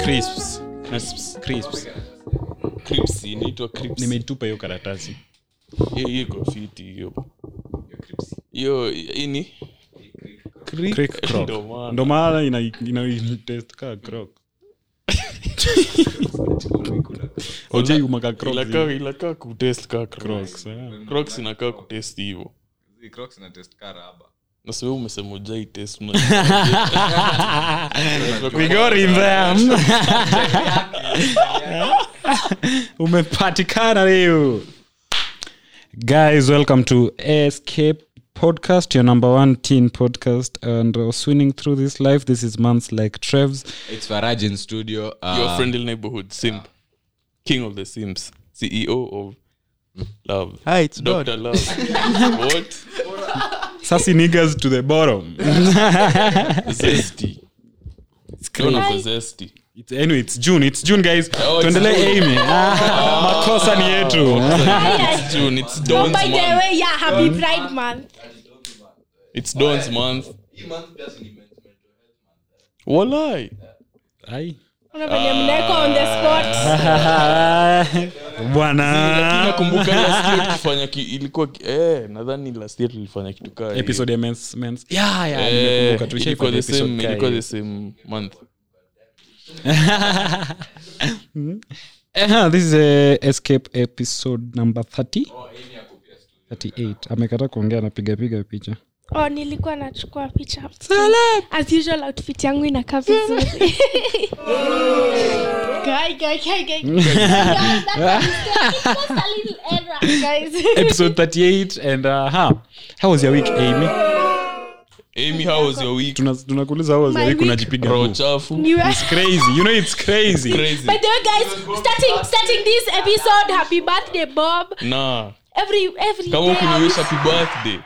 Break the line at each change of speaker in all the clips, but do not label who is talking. crisps Oh
Crips, inaitwa crips.
nimeitupa hiyo karatasi
Hiyo- hiyo iko fiti hiyo hiyo ini Crick?
Crick crock.
Ndo maana.
ndo maana ina, ina, ina taste kaa crock ujaiumaka
Inakaa- inakaa kutest kaa crocs.
crocs
Crocs inakaa kutest hivo na sababu umesema ujai test una-
We got him there.
umepatikana leo guys welcome to escape podcast your number one teen podcast and uh, swinging through this life this is months like trevs
It's Faraj in studio. Uh,
your friendly neighborhood simp king of the simps ceo of love
Hi, it's Don.
dr love what
sasi niggas to the bottom
zesty Naona kwa zesty
It's- anyway it's june Oh, it's june guys tuendelee amy Ah, makosa ni yetu
it's june it's don's
Oh, by the
month
way, yeah, happy Pride Month.
it's don's month walai
Ai.
Una venye mnawekwa on the spot.
bwana
nakumbuka last year tulifanya ki, ilikuwa ki, eh nadhani last year tulifanya kitu kaa hiyo.
episode ya men's men's yeah yeah
Eh,
nimekumbuka
ilikuwa
tulishaifanya
the
episode
same
kaa
ilikuwa
hiyo.
the same month
Uh-huh, this is a escape episode number 30 38 amekata kuongea anapigapiga picha
Oh, nilikuwa nachukua picha. As usual, outfit yangu inakaa vizuri. Guy, guy, guy, guy. Guys, that is- that was a little error, guys.
episode 38 and uh, huh, how was your week amy
amy how was your week
Tuna- tunakuuliza how was your
My
week
week-
unajipiga
roho
huu.
chafu
Ni wa-
It's crazy you know it's crazy
crazy
By the way, guys, starting starting this episode, happy birthday, Bob.
na
Every every
kama
day, I'm-
ukuniwisha happy birthday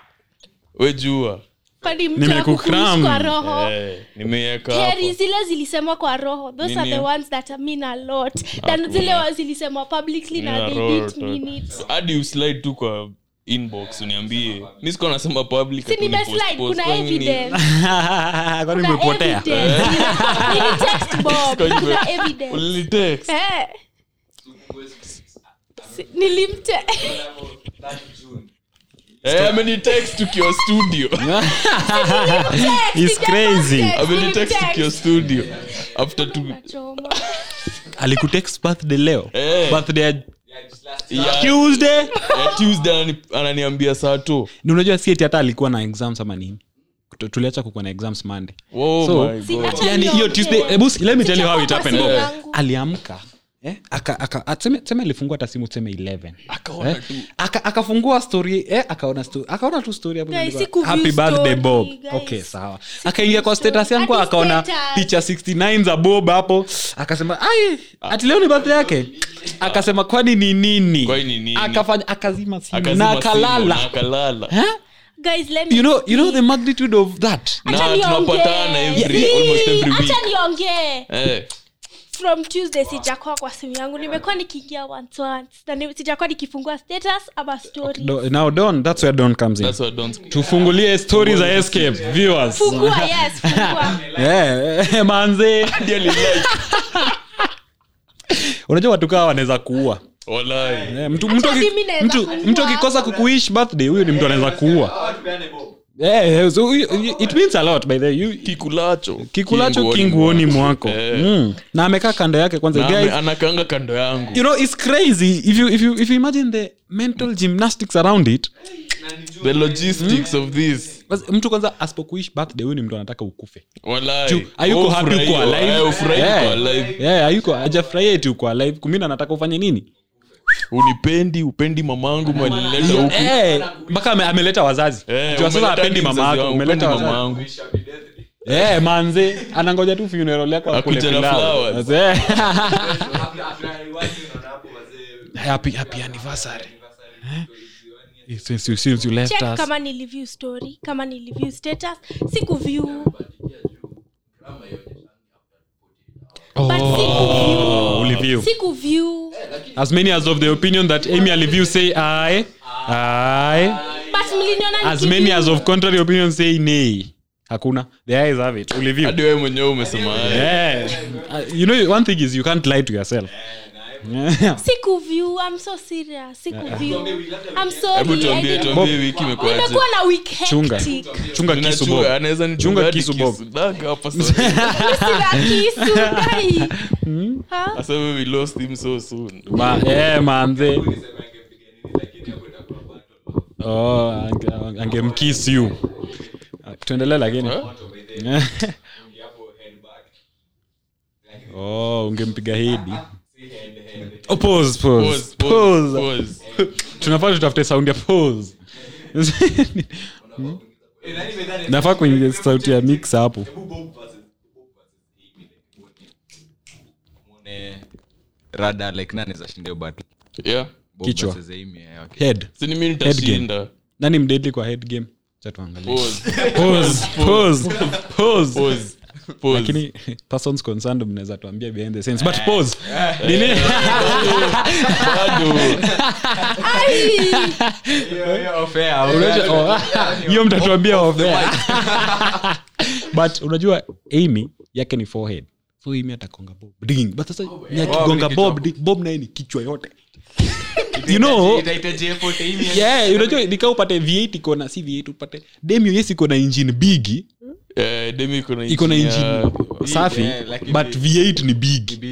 we jua
kwani mtu
Nimekukram.
hakukuwish kwa roho.
eh, nimeweka
heri
hapo
zile zilisemwa kwa roho those
Nini? Ah,
are the ones that mean a lot than zile wa- zilisemwa publicly
Yeah,
na they
roho
didn't
tu.
mean it
hadi uslide tu kwa inbox uniambie mi sikuwa nasema public
si
ati ni post
nimeslide
post.
kuna
Kwani ni-
evidence
kwani
kuna
umepotea
evidence Nili- nilitext bob
Sikuwa nime-
kuna evidence
Ulilitext.
eh Si- nilimte
Eh, amenitext tukiwa studio
It's crazy.
amenitext tukiwa studio after tu
Nachoma.
alikutext birthday leo
Eh.
birthday ya
ya-
tuesday
ya tuesday anani- ananiambia saa tu
Ni unajua sieti hata alikuwa na exams ama nini Kuto- tuliacha kukuwa na exams monday
Wow,
So-
Oh my God.
Sina-
yani hiyo tuesday
Niongee.
hebu s- let me tell you how it
Sijakuwa
happened
kwa
Bob.
simu yangu.
aliamka eh, aka- aka- atseme- tseme alifungua hata simu tseme 11
Akaona
Eh,
tu.
aka- akafungua story eh, akaona sto- akaona tu story hapo
Guys,
imeandikwa,
sikuview
happy birthday
story,
bob
guys.
okay sawa akaingia kwa status yangu
Hadi
akaona
status.
picha 69 za bob hapo akasema ai ati leo ni birthday yake akasema kwani ni nini
Kwani ni nini?
akafanya akazima simu
Akazima
na
simu,
akalala
na akalala
Eh?
Guys, let me
you know, you know
speak.
the magnitude of that
Na
Acha niongee.
tunapatana every-
Si,
almost every
acha
week.
niongee
Eh,
from tuesday sijakuwa kwa simu yangu nimekuwa nikiingia once once na ni- sijakuwa nikifungua status ama story
Do, now don that's where don comes in
that's what I don't-
tufungulie stori za escape viewers
fungua yes fungua
Eh, eh, manze unajua watu kawa wanaweza kuua
Walai.
Eh, mtu, mtu, aki-
mimi naweza
mtu,
kuua.
mtu akikosa kukuish birthday huyo ni mtu anaweza kuua Eh, eh, so, huyo- it means a lot by the way. You-
kikulacho
kikulacho
Kinguoni
kinguoni
mwako.
mwako
Eh.
Mm. na amekaa kando yake kwanza
Na
guys
ame- anakaanga kando yangu
you know it's crazy if you, if you, if you imagine the mental gymnastics around it
the logistics of this
basi mtu kwanza asipokuish birthday huyu ni mtu anataka ukufe
Walai.
Ju- hayuko
Oh,
happy
furahi-
uko alive.
eh, ufurahi uko
Yeah.
alive.
Yeah, hayuko hajafurahia eti uko alive kumina anataka ufanye nini
unipendi upendi mamangu mwanileta huku
Eh, mpaka ame- ameleta wazazi
Eh,
Jua sasa
umeleta
apendi
nini
mama
mzazi
yako
wangu?
umeleta
Upendi mama
wazazi
yangu.
Eh, manze anangoja tu funeral yako akule
Akuja na
pilau.
flowers.
Eh. Happy- happy anniversary. Eh? Since you- since you left
check
us.
kama niliview story kama niliview status sikuview but sikuview
Oh, uliview.
sikuview
as many as of the opinion that amy aliview say aye aye
but mliniona
as
nikiview.
many as of contrary opinion say nay hakuna the eyes have it uliview
hadi wewe mwenyewe umesema haya.
yeah. Uh, you know one thing is you can't lie to yourself yeah.
sikuvyu i'm so serious sikuvyu i'm
hebu
sorry I
tuambie
didn't-
tuambie wiki imekuaje
nimekuwa na week
Chunga.
hectic.
chunga kisu
Ninajua,
bob
anaweza ni
Chunga
chunga hadi
kisu bob.
kisudaga hapa sasa.
Sina kisu, ai.
Hmm?
Ha?
Asema we lost him so soon.
Ma, yeah, man, they... oh, ange- ange- angemkiss you tuendelee lakini
Huh?
oh ungempiga hedi
Ah,
oh, pause, pause,
Pause,
pause.
pause, pause.
tunafaa tutafute saundi ya pause Hmm?
Eh,
nafaa kuingia sauti ya mix hapo
rada like nani zashindia battle
Yeah.
Bob
Kichwa.
versus Amy, eh, okay.
head
Si ni mimi nitashinda.
nani mdedli kwa head game Acha tuangalie.
Pause,
Pause, pause, pause.
pause, pause.
lakini persons concerned mnaweza tuambia behind the scenes but pause Nini?
Bado.
Ai.
Eh,
Unajua- oh, hiyo mtatuambia off air. but unajua amy yake ni forehead so amy atakonga bob ding but sasa ni akigonga
ni
bob ding- bob naye ni kichwa yote you
ah,
know
Itahitaji effort, Amy, eh.
yeah unajua nikaa upate v8 iko na si v8 upate demio yes iko na engine bigi
Eh, Demi iko na
iko na
injini
engine
ya-
safi
yeah, like
but v8 ni big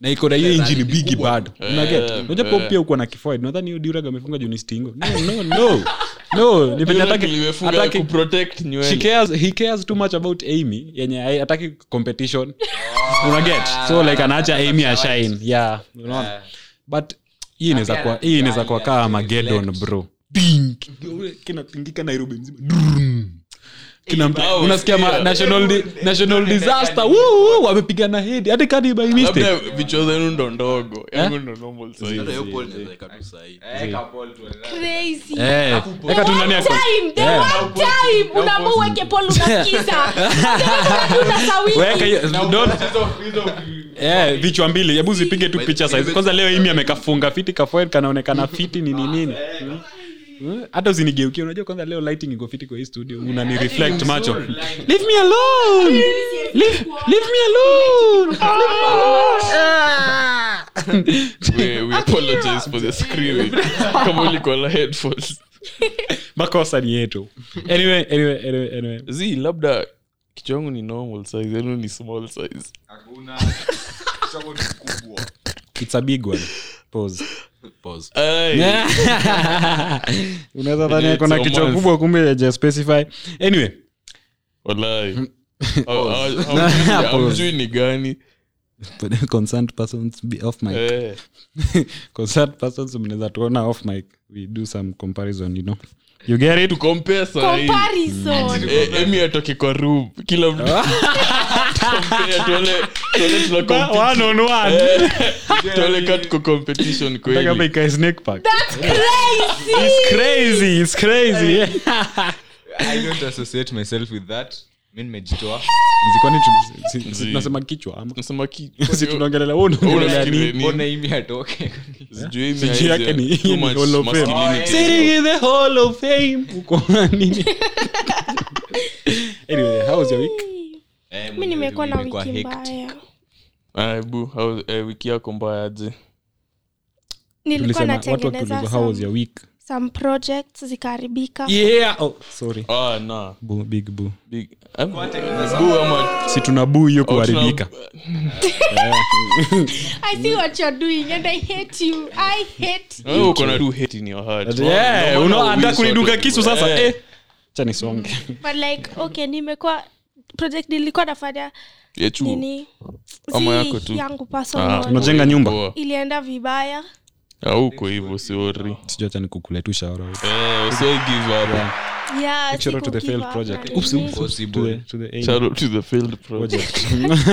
na iko na hiyo engine bigi bado unaget
Eh,
unajua pop
eh.
pia uko na kifoid nadhani hiyo diurag amefunga juu ni stingo no no no no ni penye
Ile
atake
nilimefunga ya
atake
kuprotect
she
nywele.
cares he cares too much about amy yenye hai- hataki competition unaget so like Oh. anaacha amy ashine yeah
Ah.
unaona but hii inaweza kuwa hii inaweza kuwa kama magedon bro Ding. kinatingika nairobi mzima Drrrn. Kina-
Bao,
unasikia ma-
yeah.
national di- national disaster Woo, woo, wamepigana hedi hadi kadi by mistake Eh?
labda vichwa zenu ndo ndogo yangu ndo normal size.
Eh,
Crazy.
Eh,
The
eka tu
one
nani ako-
time, the
Yeah.
one time, unaamua uweke pole unasikiza. The one time unasawiri.
Weka hiyo- don't- Eh, vichwa mbili hebu zipige tu picha size kwanza leo imi amekafunga fiti kafoen kanaonekana fiti ni nini nini Hmm? Hmm? hata usinigeukie unajua kwanza leo lighting iko fiti kwa hii studio unani reflect macho leave me alone leave, leave me alone leave me alone
We- we apologize for the screaming. Kama ulikuwa na headphones.
makosa ni yetu anyway anyway anyway anyway
Zii, labda kichwa yangu ni normal size yenu ni small size
it's a big one pause
Pause.
Ai.
unaweza dhani
It's
ako na
a
kichwa
month.
kubwa kumbe haja specify anyway
Walai.
Mm.
Au- au- hamjui- hamjui ni gani
concerned persons be off mic
Eh,
concerned persons mnaweza tuona off mic we do some comparison you know you get it
to compare sahi.
Comparison.
Eh, Emi atoke kwa room kila mtu Compare, tuone- tuone tuna compete-
one on one
tuone kaa tuko competition kweli.
kama ikae snake pack
That's crazy.
e it's crazy it's crazy yeah.
I don't associate myself with that. Mi nimejitoa.
Kwani tu- si- si
Zii.
tunasema kichwa ama
Nasema ki-
si tunaongelea wewe unaongelea
Unafikiria
nini
nini?
Mbona Amy atoke?
Sijui Amy
Sijui
has
yake
a-
ni-
too
ni
much
Hall of Fame.
masculinity.
sitting in the hall of fame uko nini anyway how's your week
Eh,
mi nimekuwa na
imekuwa
wiki
hectic.
mbaya
Ah, ebu, how- eh, wiki yako mbaya aje
nilikuwa
tulisema watu
natengeneza
wakiulizwa how's
some,
your week
some projects zikaharibika
yeah oh sorry
ah, nah.
boo, big boo
Big- I'm- Boo ama-
si tunabuu hiyo
au tuna-
kuharibika
i see what you're doing and i hate you i hate
Wewe uko na do hate in your heart.
Yeah,
No wonder
unaona anataka
uishi
kuniduka
watu-
kisu sasa
Eh,
eh. acha nisonge
but like okay nimekuwa project nilikuwa nafanya
ya chuo.
nini
Ama
Zii
yako tu.
yangu
Ah,
personal
Unajenga nyumba?
poa.
ilienda vibaya
Ah, huko hivyo sorry.
sijui acha nikukuletu shauri
Eh, so I give up.
yeah
Big shout out to the
sikugive
failed
up
project.
na
Oops,
nini.
oops. To the-
Possible.
to the
Shout out to the failed project.
project.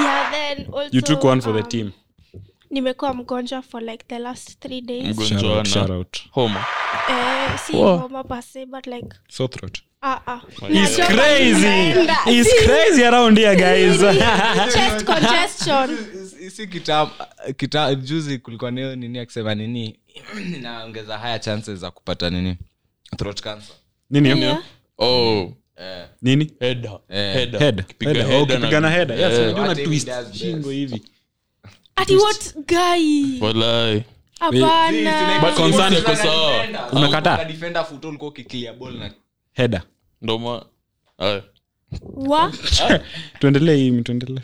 yeah then also
you took one for the
um,
team
nimekuwa mgonjwa for like the last three days
Mgonjwa
Shout out,
na-
shout out.
Homa.
eh, si homa pase but like
Sore throat.
ah, ah.
It's
Najua
crazy.
nimeenda.
It's
Zii.
crazy around here, guys.
chest congestion
Si- si kita- kita- juzi kulikuwa nayo nini akisema nini inaongeza haya chances za kupata nini throat cancer
Nini hiyo?
Yeah.
Oh,
nini
Header.
Eh.
Header.
Header.
Ukipiga
Header.
header
Oh, ukipiga
na-
na header. Yes,
Eh,
unajua una
What
twist
David does
shingo
best.
hivi
ati what guy
Walai.
hapana
But concern iko
Unakana
sawa.
defender.
Unakataa?
Kwa defender futo ulikuwa ukiclear ball na-
header
Ndio ma- Aya.
wa
tuendelee hii tuendelee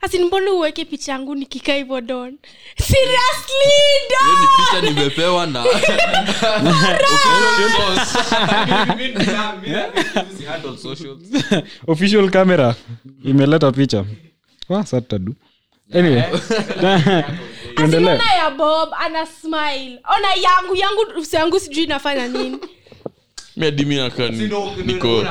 asi mbona uweke picha yangu nikikaa hivyo don seriously
Hiyo
don
ni picha nimepewa na Handle socials.
official camera imeleta picha Wa, sa tutadu anyway
Asi
tuendelee
naona ya bob ana smile ona yangu yangu uso yangu sijui inafanya nini
Mi hadi mi nakaa ni- niko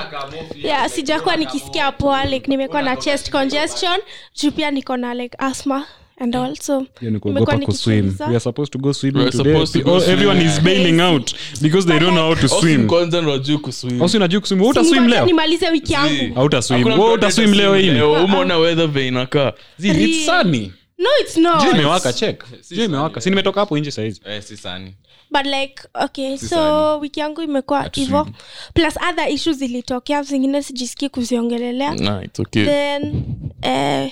yeah, sijakuwa nikisikia poa like nimekuwa na chest congestion juu pia niko na like asthma and all so
Hiyo ni
nimekuwa
kuogopa kuswim
nikichunguza.
we are supposed to go
We
swimming
are
today
supposed to go
All-
swim.
everyone is bailing out because they don't know how to
Austin
swim
kwanza ndo ajui kuswim.
also unajua kuswim wewe utaswim
Ngoja
leo
nimalize wiki yangu
hautaswim
Hakuna
wewe
mtu
utaswim
ataswim
leo hii
leo. Eh, Umeona weather vile inakaa.
Zee, it's sunny
no Oh, it's not
jua imewaka check jua imewaka si nimetoka hapo nje saizi
Eh, si sani.
but like okay so wiki yangu imekuwa hivo plus other issues zilitokea zingine sijisikii kuziongelelea
Nah, it's okay.
then eh,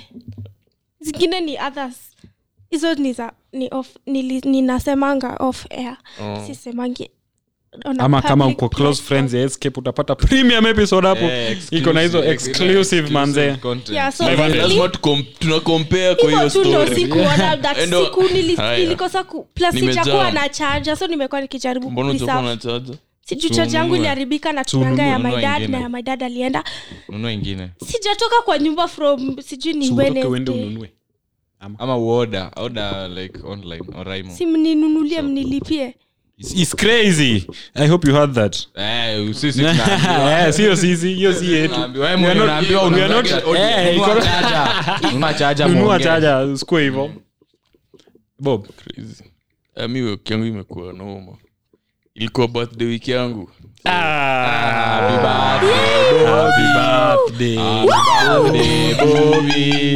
zingine ni others hizo ni za ni off nili- ninasemanga off air sisemangi on a
ama kama
public
uko close
platform.
friends ya escape utapata premium episode hapo iko na hizo exclusive manzee
Content.
Yeah, so
Lazima
li-
tukom- tuna compare kwa hiyo
hivyo tu ndo
story.
sikuona that
Endo-
siku
Haya.
nili- nilikosa ku- plus
Nimejaa.
sijakuwa na chaja so nimekuwa nikijaribu
mbona
kupreserve.
utakuwa na chaja
sijuu chaja yangu
Tununue.
iliharibika na tunanga ya
Tununue
my dad na
ingine.
ya my dad alienda
Nunua ingine
sijatoka kwa nyumba from sijui ni
So utoke uende
Wednesday.
ununue
ama uoda oda like online or Raimo.
si mninunulie mnilipie
It's- it's crazy i hope you heard that
Eh, sisi tunaambiwa-
Eh, siyo sisi hiyo si yetu
tunaambiwa, eh,
We are not-
unaambiwa
we are
ununua
not-
kitu-
eh,
nunua
iko-
charger. Nunua charger
nunua
muongee.
chaja sikuwe hivo bob
Crazy. Eh, mi wiki yangu imekuwa noma ilikuwa birthday wiki yangu
Ah,
Happy
happy birthday,
birthday, Bobby.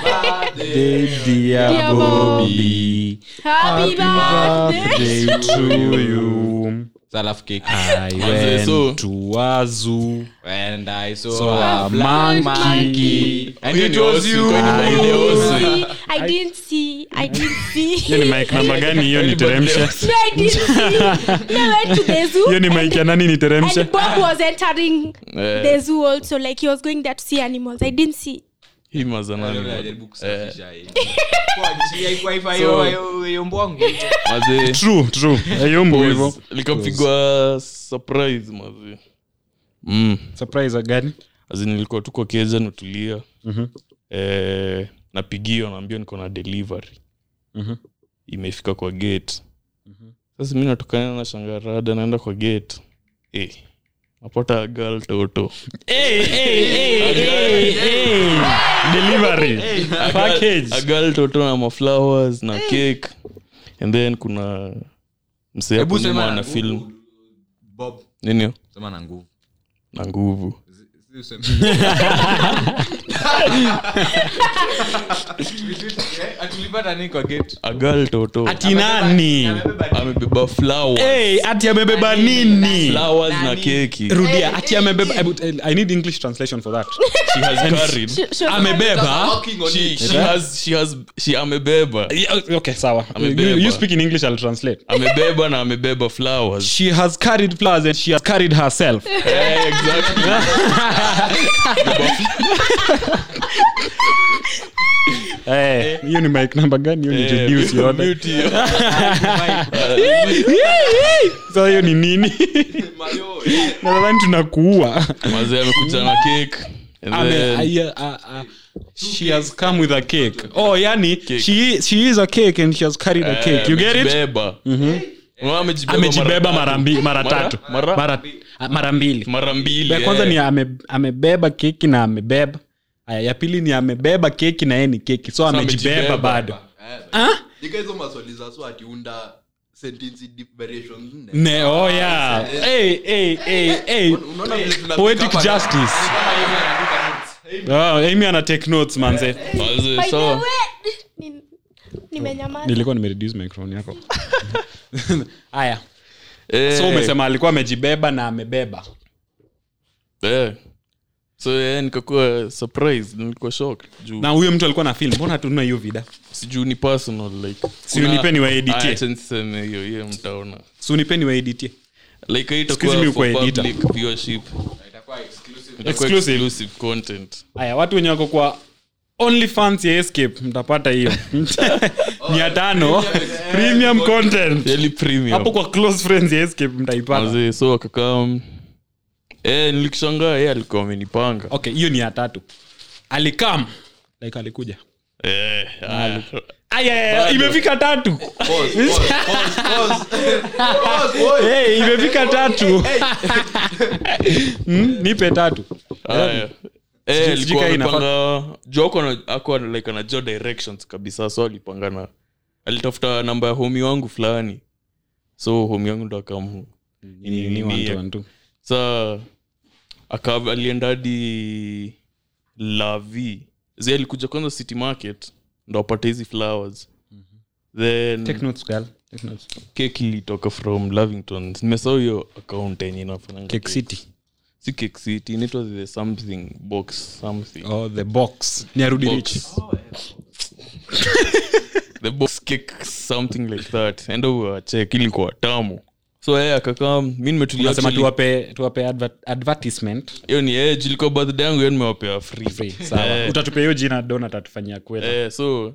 birthday, dear
Dear
Bobby.
Happy birthday.
Birthday to you.
Sa alafu keki.
I
Manze, Eh, so-
went to Wazoo.
And I saw
So
a
a
black
monkey.
monkey. And
It
it
was
was
you.
you.
Ah,
I
Ili
didn't
ose.
see, I didn't see, I didn't see.
hiyo
Yaani
ni mike namba gani hiyo niteremshe
No, I didn't see. No, I went to the zoo
hiyo ni mike ya nani niteremshe
and Bob was entering
Eh.
the zoo also, like he was going there to see animals. I didn't see.
hii mazanani
Najaribu kusafisha hii. Eh. Kwa njia hii, kwa hivyo, hiyo- hiyo- hiyo mbongo.
mazee
true true ayumbu hivo
likapigwa surprise mazee mm.
surprise gani
As in, nilikuwa tu kwa keja natulia eh, napigiwa naambia niko na delivery
Mhm.
imefika kwa gate sasa mi natokana na shangarada naenda kwa gate eh, napata gal toto
delivery package
agal toto na maflowers na cake and then kuna msee hapo
Hebu sema
nyuma
na
ana
nguvu.
film
Bob,
nini
sema na nguvu.
na nguvu
Si useme. Atulipata nini kwa gate?
agal toto
tinani
amebeba flowers
hey, ati amebeba nini
flowers na keki
rudia ati amebeba I would- I need english translation for that
she has carried
Ah,
She- she was-
amebeba
Walking on
she,
it.
Eh,
she has she has she amebeba
Yeah, okay sawa
Amebeba.
You- you speak in english i'll translate
amebeba na amebeba flowers
she has carried flowers and she has carried herself
Eh, exactly
Eh, hiyo ni mic number gani hiyo ni
Eh,
introduce yone
mute hiyo.
Ah, sasa Eh, hiyo ni nini
Mayo.
nadhani tunakuua
Mazee amekuja na cake and
Ame-
then-
aia- a- a- she has come with a cake uh. Eh, oh yani she, she is a cake and she has carried a cake you get it Mm-hmm.
amejibeba. Unaona amejibeba
amejibeba mara
mara tatu.
mbi- mara
Mara-
tatu
mara-
mara, mara mbili
mara mbili
ya
eh.
kwanza ni ame- amebeba keki na amebeba aya ya pili ni amebeba keki na yeye ni keki so amejibeba
amejibeba.
bado
Nika hizo maswali za swati unda sentence deep variations nne.
ne oh yeah hey, hey, hey, hey.
Unaona vile tunapika
poetic
hapa?
justice Ah, amy ana take notes manze
Mazee,
By the
sawa.
way, ni- nimenyamaza
nilikuwa nimereduce microphone yako haya
Eh,
so umesema alikuwa amejibeba na amebeba
Eh. so eh, nikakuwa surprised nilikuwa shocked juu
na huyo mtu alikuwa na film mbona hatuna hiyo vida
sijuu ni personal like
Si unipe niwaeditie.
Aya, acha niseme hiyo hiyo mtaona
si unipeni waeditie
like hii
Excuse me,
itakuwa for
uko editor.
public viewership itakuwa
Exclusive.
exclusive content
haya watu wenye wako kwa onlyfans ya escape mtapata hiyo mia
Oh,
tano premium content
really premium
hapo kwa close friends ya escape mtaipata
Mazee, so akakam eh, nilikishangaa ye alikuwa amenipanga
okay hiyo ni ya tatu alikam like alikuja
eh,
ah.
haya.
Aya, aya, aya, imefika tatu
Pause, pause, pause, pause. Pause, boy.
hey, imefika tatu Mm, nipe tatu
Haya. Eh,
Sijui-
alikuwa
sijui kaa
amepanga juu ako na- ako na- like anajua directions kabisa so alipanga na alitafuta namba ya homi wangu fulani so homi wangu ndo akam
Ni- ni one, two, one, two.
sa aka- alienda hadi lavi zi alikuja kwanza city market ndo apate hizi flowers
Mhm.
then
Take notes, girl. Take notes.
keki ilitoka from lavington nimesahau hiyo account yenye inafanya
Cake City.
si cake city inaitwa the something box something
Oh, the box. Ni arudi
Box.
rich.
the box cake something like that enda uwachek ilikuwa tamu so yeye akakaa mi nimetulia
Unasema
actually-
tuwape tuwape advert- advertisement
hiyo ni eh, juu ilikuwa birthday yangu hiyo nimewapea free,
free sawa
Eh,
utatupea hiyo jina donat atufanyia kwela
eh, so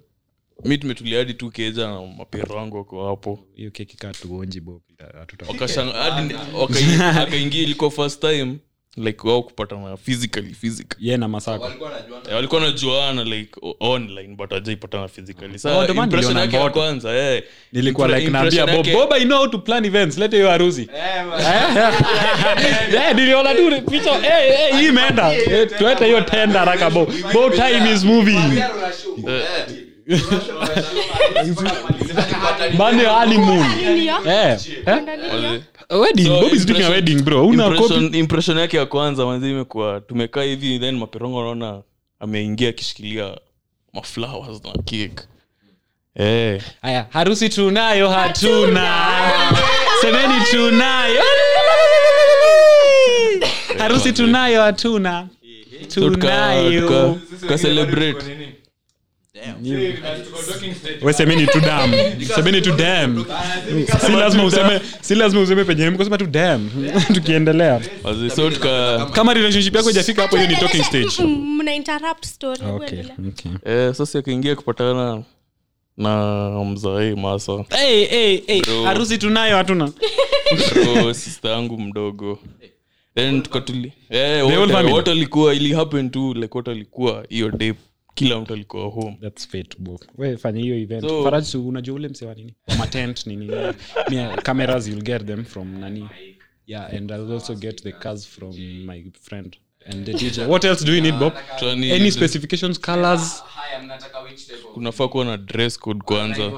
mi tumetulia hadi tu keja na mapero wangu wako hapo
hiyo keki kaa tuonji bob Hatuta-
Wakashanga- hadi- wakai- akaingia ilikuwa first time like wao kupatana physically physically
ye na masako
Walikuwa wanajuana.
Eh, walikuwa najuana like o- online but ajaipatana physically
Oh, ndo
sa
maana
impression
niliona
yake ya
mboto.
kwanza eh,
nilikuwa
impre-
like naambia
impression
bob
yake-
bob i know how to plan events lete hiyo harusi
Eh, man.
Eh, niliona tu picha eh, eh, hii imeenda Eh, tuwete hiyo tenda haraka bob bob time is moving
Pia tunashuku. Eh. Tunashuku.
man your honeymoon
Ah, Ndio.
eh eh?
Ndio.
wedding
So,
bob is doing a
impression-
wedding bro una
impression,
copy
impression yake ya kwanza manzi imekuwa tumekaa hivi then maperongo naona ameingia akishikilia maflowers na cake eh,
haya harusi tunayo hatuna semeni tunayo harusi tunayo hatuna
so tuka-
tunayo
tuka- tuka celebrate
we semeni tu dam semeni tu dam si lazima useme si lazima useme penye mkosema tu dam tukiendelea
Manzi, so tuka
kama relationship yako ijafika hapo hiyo ni talking stage
Mm, mna interrupt
Ah,
story Uendelea.
eh, sasa akaingia kupatana na mzae masa
Hey, hey, hey,
Bro.
harusi tunayo hatuna
bro oh, sister yangu mdogo then tukatuli eh,
whole
wote-
family?
wote walikuwa ili happen tu like wote walikuwa hiyo day kila mtu alikuwa home
That's fate, bro. We, fanya hiyo event
So-
Faraj, si unajua ule msewa nini Wa matent nini Mia- cameras you'll get them from nani yeah and i'll also get the cars from my friend and the dj what else do you need bob
Tuani-
any specifications colors
kunafaa kuwa na dress code kwanza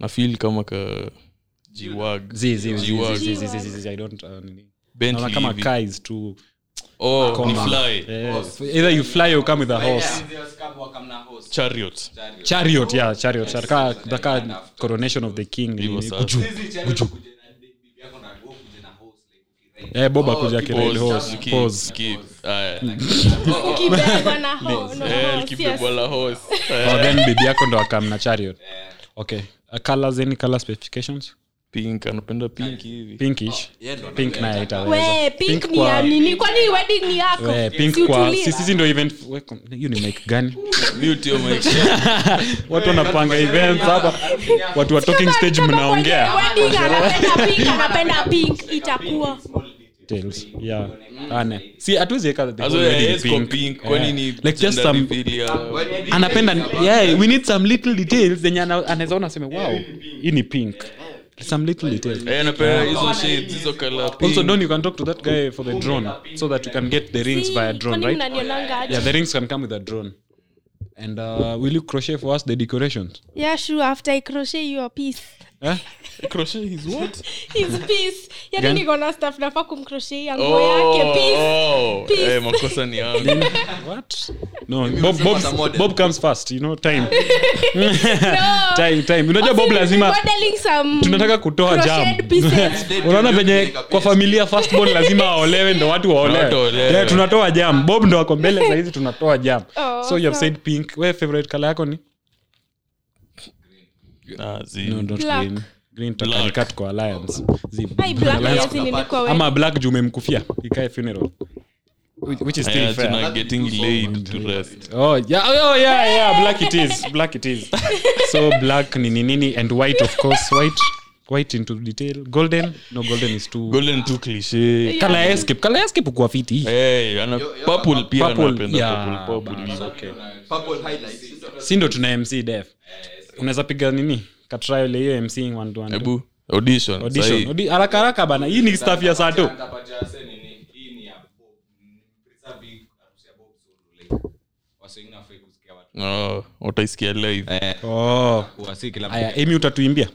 na feel kama ka jiwag
zi zi zi
Jiwag.
zi zi zi zi zi zi i don't uh, nini
Bentley
naona kama
hivi.
kais tu
oh, ni
Comma.
fly
Eh, either you fly or come with a horse
chariot
chariot yeah chariot chariot Ka- ka coronation of the king nini,
Hivyo
nini,
sasa.
kuju eh bob akuja kirail
Pause,
horse
skip,
pause
skip. Aya.
Ukibebwa na ho- no,
Eh,
no,
likibebwa
serious.
la horse. Eh,
oh, then bibi yako ndo akamna chariot okay uh, colors any color specifications
pink anapenda pink hivi
pinkish pink naye itaweza
We, pink
Pink
ni
kwa-
ya nini kwani wedding ni yako
Eh, pink
Si
kwa
utulie.
sisi ndo event we- hiyo ni mic gani
mute hiyo mic.
watu wanapanga events hapa watu wa talking
Kama-
stage
kama kwenye
mnaongea
wedding anapenda pink anapenda pink itakuwa
Details, yeah. Ane. si hatuwezi weka the
Azo,
whole
eh,
wedding
yes, kwa
pink.
pink, kwani
Yeah.
ni
Like just um,
gender
some-
reveal ya-
anapenda yeah, we need some little details zenye ana- anaweza ona aseme wow hii ni pink some little details
Eh, anapenda hizo shades hizo color pink.
also don you can talk to that guy for the drone so that you can get the rings via drone
Kwani
right
mnanionanga aje?
Yeah, the rings can come with a drone. And uh, will you crochet for us the decorations?
Yeah, sure, after I crochet your piece.
Eh?
crochet is what
His peace. Yaani
Gani?
niko na stuff nafaa kumcroshia nguo yake
oh,
peace.
oh.
Peace.
Eh, makosa ni yangu
What? No,
Mimi
Bob,
nasema
Bob,
hata model.
Bob comes first, you know, time. time, time. Unajua Bob
We'll be
lazima
modeling some
tunataka kutoa jam.
crocheted pieces.
Unaona venye kwa familia firstborn lazima waolewe ndo watu
Watu
waolewe.
waolewe.
Yeah, tunatoa jam. Bob ndo ako mbele sasa hizi tunatoa jam.
Oh,
So you have
so-
said pink. Wewe favorite color yako ni?
Ah, zi-
No, not
Black.
green. Green
Black.
tutalikat kwa alliance. Zip.
Ai, black
Alliance.
yes, nimekuwa we-
Ama black juu umemkufia ikae funeral. Which, which is still
Yeah,
fair.
Eh, tuna getting laid to rest
Oh yeah, oh yeah, yeah. Black it is. Black it is. so black ni ni nini and white of course. White, white into detail. Golden, no golden is too.
golden tu cliche
Color escape, color escape kwa fiti.
Eh, ana
Yo- yo-
purple pia
Purple,
anapenda
yeah,
purple, purple.
Purple highlights, si ndio?
Si ndo tuna MC def. Unaweza piga nini? Katrial hiyo MC in one to one.
Hebu, audition,
Audition.
sahi.
Odi, haraka haraka bana. Hii ni staff ya saa tu.
Oh, utaisikia live
Oh. Aya, Amy utatuimbia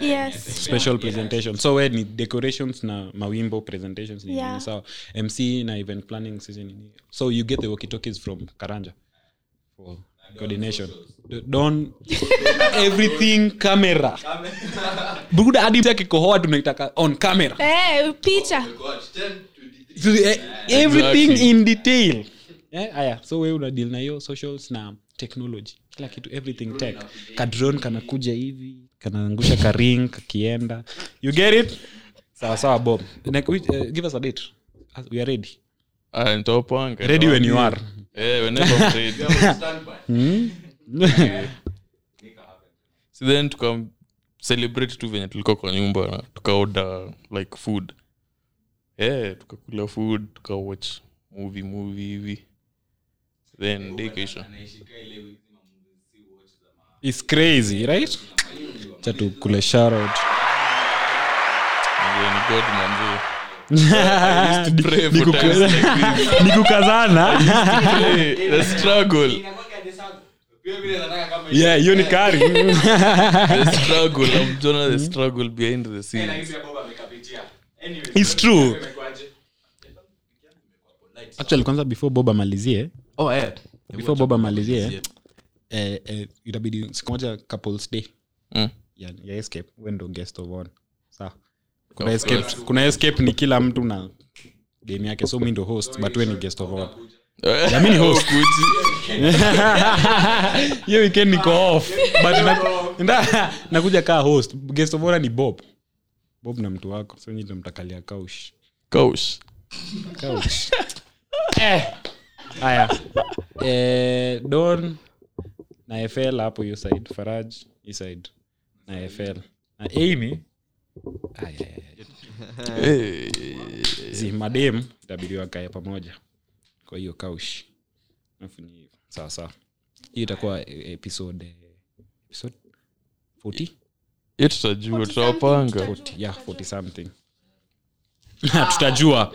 Yes.
special presentation. So we ni decorations na mawimbo presentations ni
Yeah.
nini sawa. MC na event planning sisi ni. So you get the walkie-talkies from Karanja. for coordination D- don everything camera buda hadi mtu akikohoa tunaitaka on camera
Eh, picha.
Gosh, ten to the-
So, eh, everything
Exactly.
in detail Eh, haya so we una deal na hiyo socials na technology kila kitu everything tech kadron kanakuja hivi kanaangusha karing kakienda you get it sawa sawa bob Like, which, eh, give us a date As- we are ready
Ah, nitawapanga.
ready when you are
Eh, whenever I'm ready.
Standby.
So then tuka celebrate tu venye tulikuwa kwa nyumba na tukaoda like food Eh, tukakula food tukawatch movie movie hivi then day kesha
It's crazy right Acha tukule shout out
Ndiyo, ni god manzee pray for times like
nikukazana
Hey, the struggle
Yeah, hiyo ni kari
the struggle
Hmm?
I'm Jonah, the struggle behind the scenes
It's true. actually kwanza before bob amalizie
Oh, eh.
before bob amalizie eh, eh, itabidi siku moja couples day
Mm.
ya, ya escape we ndo guest of honor. Sawa. kuna escape kuna escape ni kila mtu na game yake so mi ndo host but we ni guest of honor.
Jamini host.
hiyo weekend niko off but na, nda, nakuja kaa host guest of honor ni bob bob na mtu wako so nyi ndo mtakalia kaush
Kaush.
Ouch. Eh. haya eh, don na fl hapo hiyo side faraj hii side na fl na amy Aya, aya, aya.
Hey.
Zi madem itabidi wakae pamoja kwa hiyo kaush Alafu ni- sawa sawa hiyo itakuwa eh, episode eh, episode 40
Hiyo tutajua tutawapanga
yeah 40 something tutajua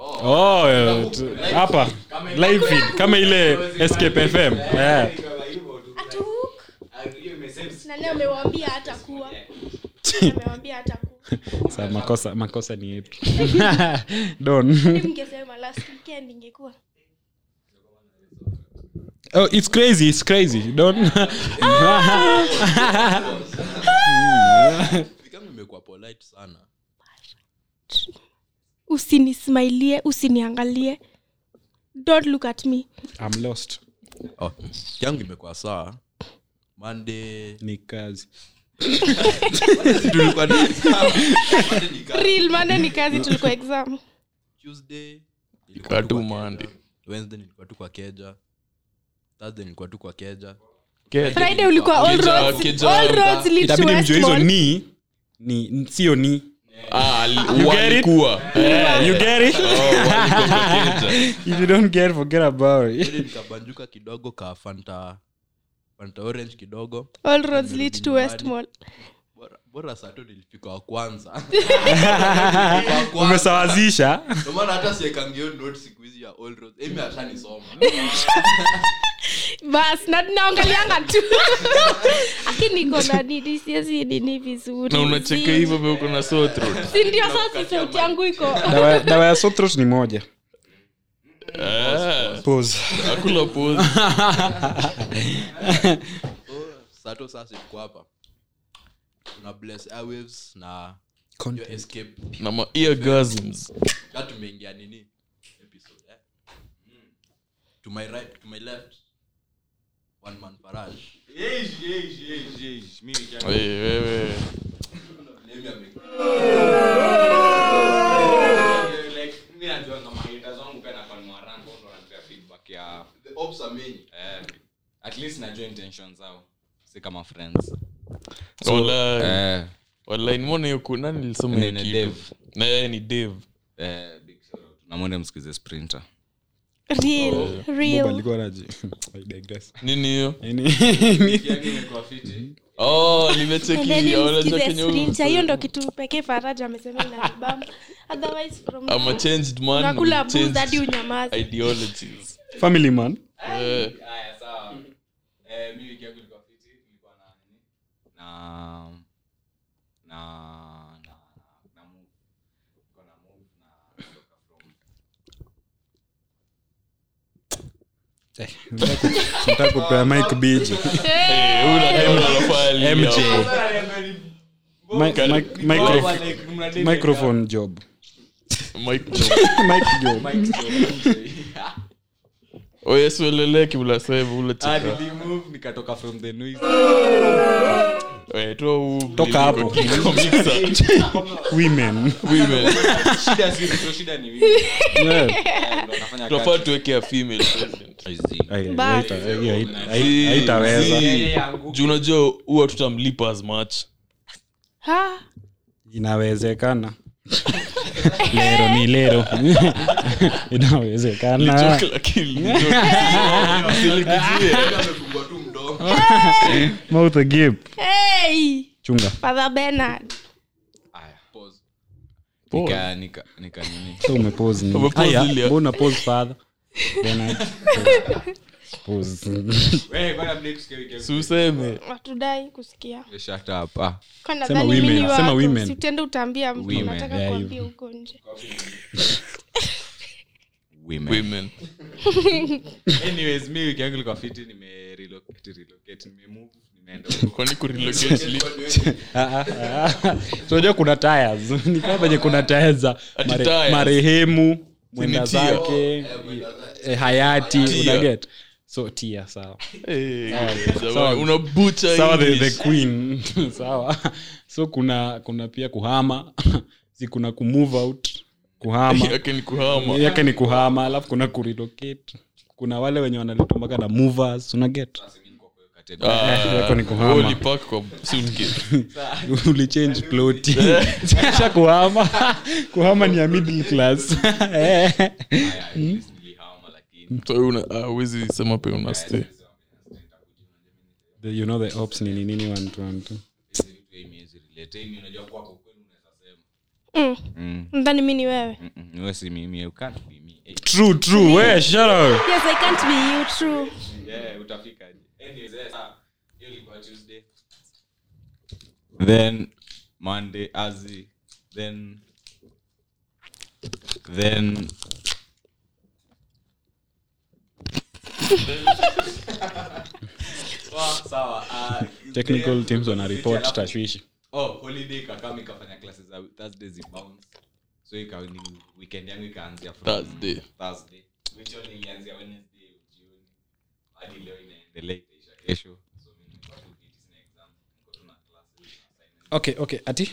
Oh, eh, tu- hapa live feed kama ile escape fm yeah.
Atuk. Na leo amewaambia hatakuwa. Amewaambia hatakuwa.
Sa, makosa makosa ni yetu don
Mimi ningesema last weekend ingekuwa.
oh, it's crazy it's crazy don
Ni kama imekuwa polite sana
Usinismailie, usiniangalie. Don't look at me.
i'm lost
Oh, yangu imekuwa saa monday
ni kazi
tulikuwa na exam. Monday ni kazi.
Real maana ni kazi tulikuwa exam.
tuesday
Ilikuwa
nilikuwa
tu
tu kwa
Monday.
Keja. wednesday nilikuwa tu kwa keja thursday nilikuwa tu kwa keja
Friday ulikuwa all
Kijana-
roads.
kijana.
All roads lead to
itabidi mjue hizo
Westmall.
ni ni sio ni
Ah, li-
You get it?
walikuwa
yeah, you get it
Oh, walikuwa kwa keja.
if you don't get forget about it
Friday nikabanjuka kidogo ka fanta fanta orange kidogo
All roads lead to Westmall.
bora- bora sato nilifika wa kwanza Wa kwanza.
umesawazisha
Ndio maana hata siekangio note siku hizi ya old roads emi ashanisoma
bas na tunaangalianga tu lakini niko na nini siezi nini vizuri
na unacheka
si-
hivyo vyo uko na sore throat.
si ndio sasa sauti yangu iko
dawa dawa ya sotrot ni moja
Ah,
Pause.
hakula pause.
So, sato sasa iko hapa una bless airwaves na your escape
na ma eargasms
Sasa tumeingia nini episode eh? to my right to my left one man farage
Hey, wewe
Nemi ame-
Eh,
the ops are many
Eh,
Eh,
eh.
Walai. Walai, nimeona hiyo ku- nani nilisoma hiyo
Eh, Ni- ni
kitu?
Dave. Eh,
Na yeye ni Dave.
namwende msikize sprinter
Oh.
real real
alikuwa anaji I digress.
nini hiyo
Yaani-
Oh,
And
nimechekilia.
then
Unajua
nimsikize
Kenya huyu-
Sprinter. hiyo ndo kitu pekee faraja amesema inanibamba otherwise from
I'm a changed man
unakula
with changed
booze hadi unyamazi
ideologies.
family man
Eh,
Eh,
nataka kupea mike bj
eh, huyu na demu anafaa alie
MJ.
hapo.
Mi- mic- micro-
Oh,
microphone job
Mike.
mic job
Oh, yes, ueleleki, ula save, ula cheka.
Ah, nikatoka from the noise
Eh, toa huu
Toka hapo.
mlili kwa mixer.
women
Women.
shida si mtu, shida ni mimi. Eh,
Yeah.
Ndo nafanya
tunafaa
kazi. Eh,
tuweke a female president.
Ai-
Ba-
haita- ai- haita-
Zii,
haitaweza
zii.
Yeye anguke.
Juu unajua huwa tutamlipa as much
ha
inawezekana lero ni lero
Ni
inawezekana
joke, lakini ni joke. Usilikujie.
Nemi amefungwa tu mdomo
mouth agape.
hey
chunga
father bernard
Pause.
Nika- nika- nika nini.
so umepose nini?
Umepose
Aya,
ile.
mbona pose father then I pose.
Eh,
Si useme.
watudai kusikia
Shut up, ah.
Kwa
Sema
nadhani mimi
women,
ni
sema
wako.
women.
Si utaenda utaambia mtu
Women,
unataka
yeah,
kuambia huko nje
Women.
Women.
anyways mi wiki yangu ilikuwa fiti nimerelocate relocate nimemove nimeenda
Kwani kurelocate li-
Ah, ah, ah. tunajua kuna tires ni kama venye kuna tires za
Ati
mare-
tires.
marehemu mwenda
tia.
zake eh, hayati
Tia.
unaget so tia sawa
Eh,
Sawa.
sawa, una butcher
sawa the, the
English.
queen sawa so kuna kuna pia kuhama si kuna kumove out kuhama
yake ni kuhama
yake ni kuhama alafu kuna kurelocate kuna wale wenye wanaletwa mpaka na movers unaget
Ah,
yako ni kuhama.
ulipak kwa suitcase.
ulichange ploti kisha kuhama kuhama ni ya middle class Eh.
So, una- ah, huwezi sema pe una
Eh.
stay
The- you know the ops ni nini one to one two.
Mm. nadhani mi ni wewe eh.
true true we shut up
yes i can't be you true
then monday azi then then uh,
technical teams wana report tashwishi
oh holiday kakam ikafanya classes za thursday zibounce so ika ni weekend yangu ikaanzia from
Thursday.
thursday which only ilianzia wednesday jioni hadi leo inaendelea itaisha kesho so mimi nilikuwa tu busy na exam niko tu na classes na assignments
okay okay ati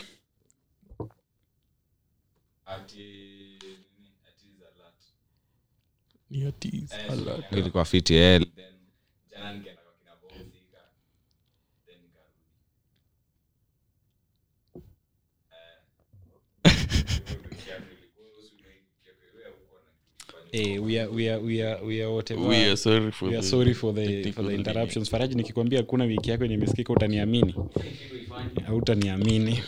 ati eh, nini ati za lat
Ni ati is a lot.
ilikuwa fiti eh then jana nikaenda kwa kina bosi ika then nikarudi
eh, we are, we are, we are, we are whatever
We are sorry for
we are
the
sorry for the,
technical
for the interruptions faraji nikikwambia kuna wiki yako yenye imesikika utaniamini hautaniamini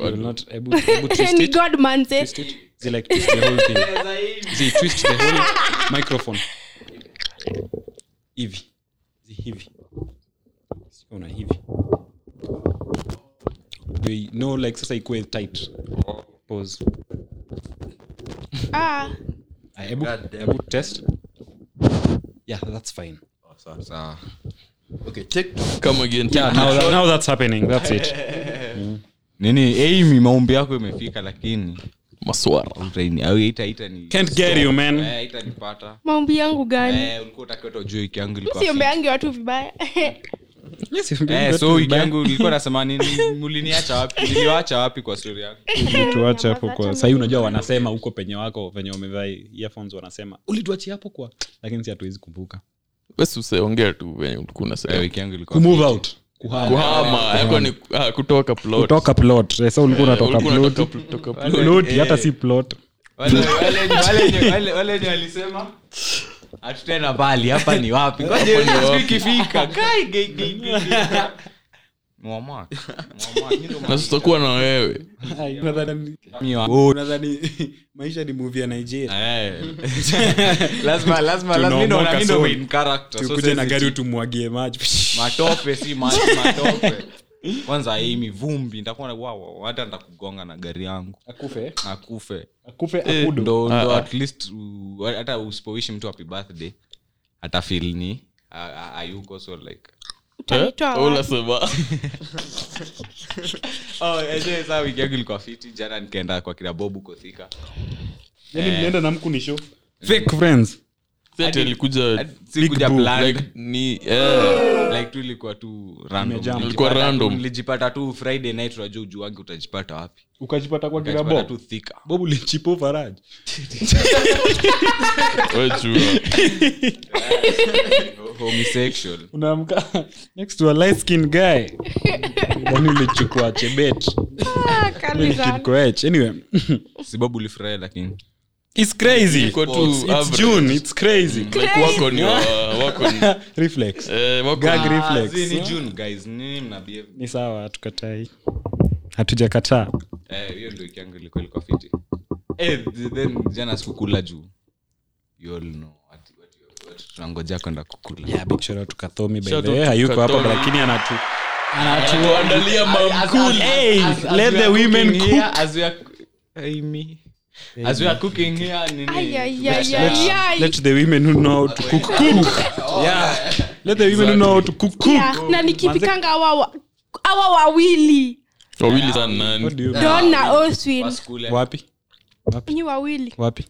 You will not- hebu- hebu twist
ni
it,
god man say
twist it. See, like, twist the whole thing. See, twist the whole microphone. hivi See, hivi Unaona, hivi They- no like sasa ikue tight pause
ah
Ah, hebu
God damn.
hebu test yeah that's fine
Oh,
Okay, take two.
come again
yeah now, that, now that's happening that's it
nini Amy, maombi yako imefika lakini
maswara
hautaini- au haitaita ni-
can't get you man
Eh, haitanipata.
maombi yangu gani
Eh, ulikuwa utaki hata ujue wiki yangu ilikuwa fiti.
msiombeange watu vibaya
yes if you
Eh,
got
so
to
wiki
buy-
yangu ilikuwa nasema nini muliniacha wapi niliwacha wapi kwa story yangu
ulituacha hapo
Unapata
kwa sahii unajua wanasema huko penye wako venye wamevaa earphones wanasema ulituachia hapo kwa lakini si hatuwezi kumbuka
wesi useongea tu venye ulikuwa
Eh,
unasema
wiki yangu ilikuwa
kumove out kuhama
kuhama yako ni ah, kutoka plot
kutoka plot sasa ulikuwa
Eh,
unatoka
ulikuwa unatoka
plot
pl- toka plot. Eh.
ploti hata si plot
Wale- wale- wale- wale- wale wenye walisema hatutaenda mbali hapa ni wapi Ngoja siku ikifika, kai, gei, gei, gei, gei. Muamua. Muamua. Mimi ndo
na
muamua.
sitakuwa na wewe
Oh, nadhani maisha ni movie ya
Ah,
nigeria
Eh. Lazima- lazima- lazima- mi ndo-
Tunaomoka
mi ndo
soon.
main character. So
tukuje na
sensitive.
gari utumwagie maji
matope si maji matope kwanza imi vumbi nitakuwa na- wow, hata nitakugonga na gari yangu
akufe
akufe
akufe
ndo ndo
Ah,
at least uh, hata usipoishi mtu happy birthday hata feel ni a- a- hayuko so like
Utanitoa
Eh?
wapi?
unasema
oh ese saa wiki yangu ilikuwa fiti jana nikaenda kwa kina bobu kothika
yani
eh.
mlienda Yaani na mkunisho fake friends
Sasa ilikuja
sikuja
Boo,
plan
like ni eh
like tu ilikuwa tu random.
Imejam.
Ilikuwa
Nilijipata tu-
random.
nilijipata tu friday night unajua ujuu wangu utajipata wapi
ukajipata kwa kila
utajipata tu
bob
thika
bob ulichipo faraj
wewe jua
homosexual
unaamka next to a light skin guy yani ulichukua chebet
Ah, kali sana.
kidkoech anyway
sababu ulifurahi lakini
it's crazy
Ilikuwa tu
it's, it's
average.
june it's crazy
like wako ni wa- wako ni
reflex
eh wako
Gag
ni-
reflex.
Ah, zi ni June, guys. Nini mnabehave?
ni sawa tukatai hatujakataa
Eh, hiyo ndio wiki yangu ilikuwa- ilikuwa fiti. Eh, th- then jana sikukula juu You all know what- what- what- what tunangojea kwenda kukula
yeah, big shout out to Kathomi by
Shout
the
out
way.
to
hayuko hapa
Kathomi.
lakini anatu
andalia mamkuli
Hey,
Ah, As- as
let
we
the
are
women
cooking
cook.
here, as we are- Hey, me. As we are cooking here, nini-
Ai, ai,
Let's-
ai, ai, ai.
let the women who know how to cook cook
Yeah.
let the women who know how to cook
Yeah,
cook
na nikipikanga awa wa- awa wawili
wawili sana nani
What do you
Ah,
don na oswin
Basi kule.
wapi
nyi wawili
wapi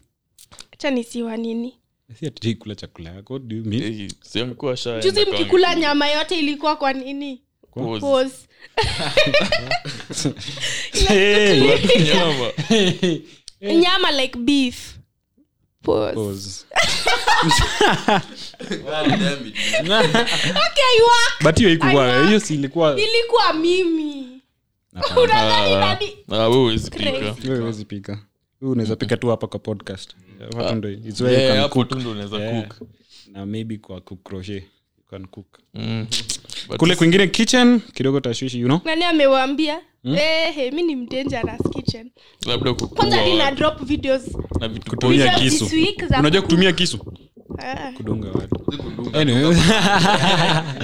hacha nisiwa nini
si atujai kula chakula yako what do you mean
Eh, si angekuwa shy,
juzi
angekuwa
mkikula
angekuwa-
nyama yote ilikuwa kwa nini
Pause.
Pause.
hey.
nyama
nyama like beef Pause.
Eh. Pause.
God damn it.
Okay, wa-
but hiyo ikuwa hiyo si ilikuwa
ilikuwa mimi
Hapana.
unadhani nani
Ah, wewe huwezi pika.
Crazy.
Wewe huwezi pika Wewe unaweza pika tu hapa kwa podcast Hapo ndio- it's where you
Eh,
can
hapo
cook.
tu ndo unaweza
Yeah.
cook.
na maybe kwa cook crochet you can cook
Mm. But
kule kwingine kitchen kidogo tashwishi you know
nani amewambia
Hmm?
Ehe, mi ni mdangerous kitchen
labda
kwanza nina
kukua
drop videos
na vitu
kutumia
Video
kisu
this week za
unajua
kuku-
kutumia kisu
Ah.
kudunga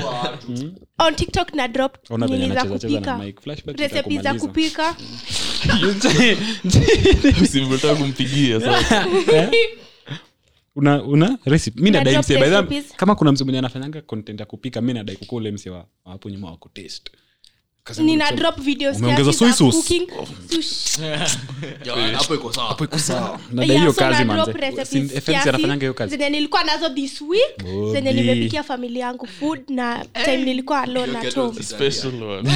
ah. on tiktok na drop nini za kupika resepi
watunachezaceza
za kupika
usivyotaka kumpigia sasa
una una recipe mi
Na
nadai
drop
msee by the way,
recipes.
kama kuna msee mwenye anafanyanga content ya kupika mi nadai kukuwa ule msee wa wa hapo nyuma wa kutaste Kazi yangu
nina
ni
drop videos
Umeongeza
kiasi
soy
za
sauce. Oh.
cooking, sushi.
Yeah, hapo iko sawa.
nadai hiyo
Yeah, so
kazi
na drop
manze
recipes
Sin- FMC
kiasi
anafanyanga hiyo kazi
zenye nilikuwa nazo this week
Bobby.
zenye nimepikia familia yangu food na time nilikuwa alone at home
special one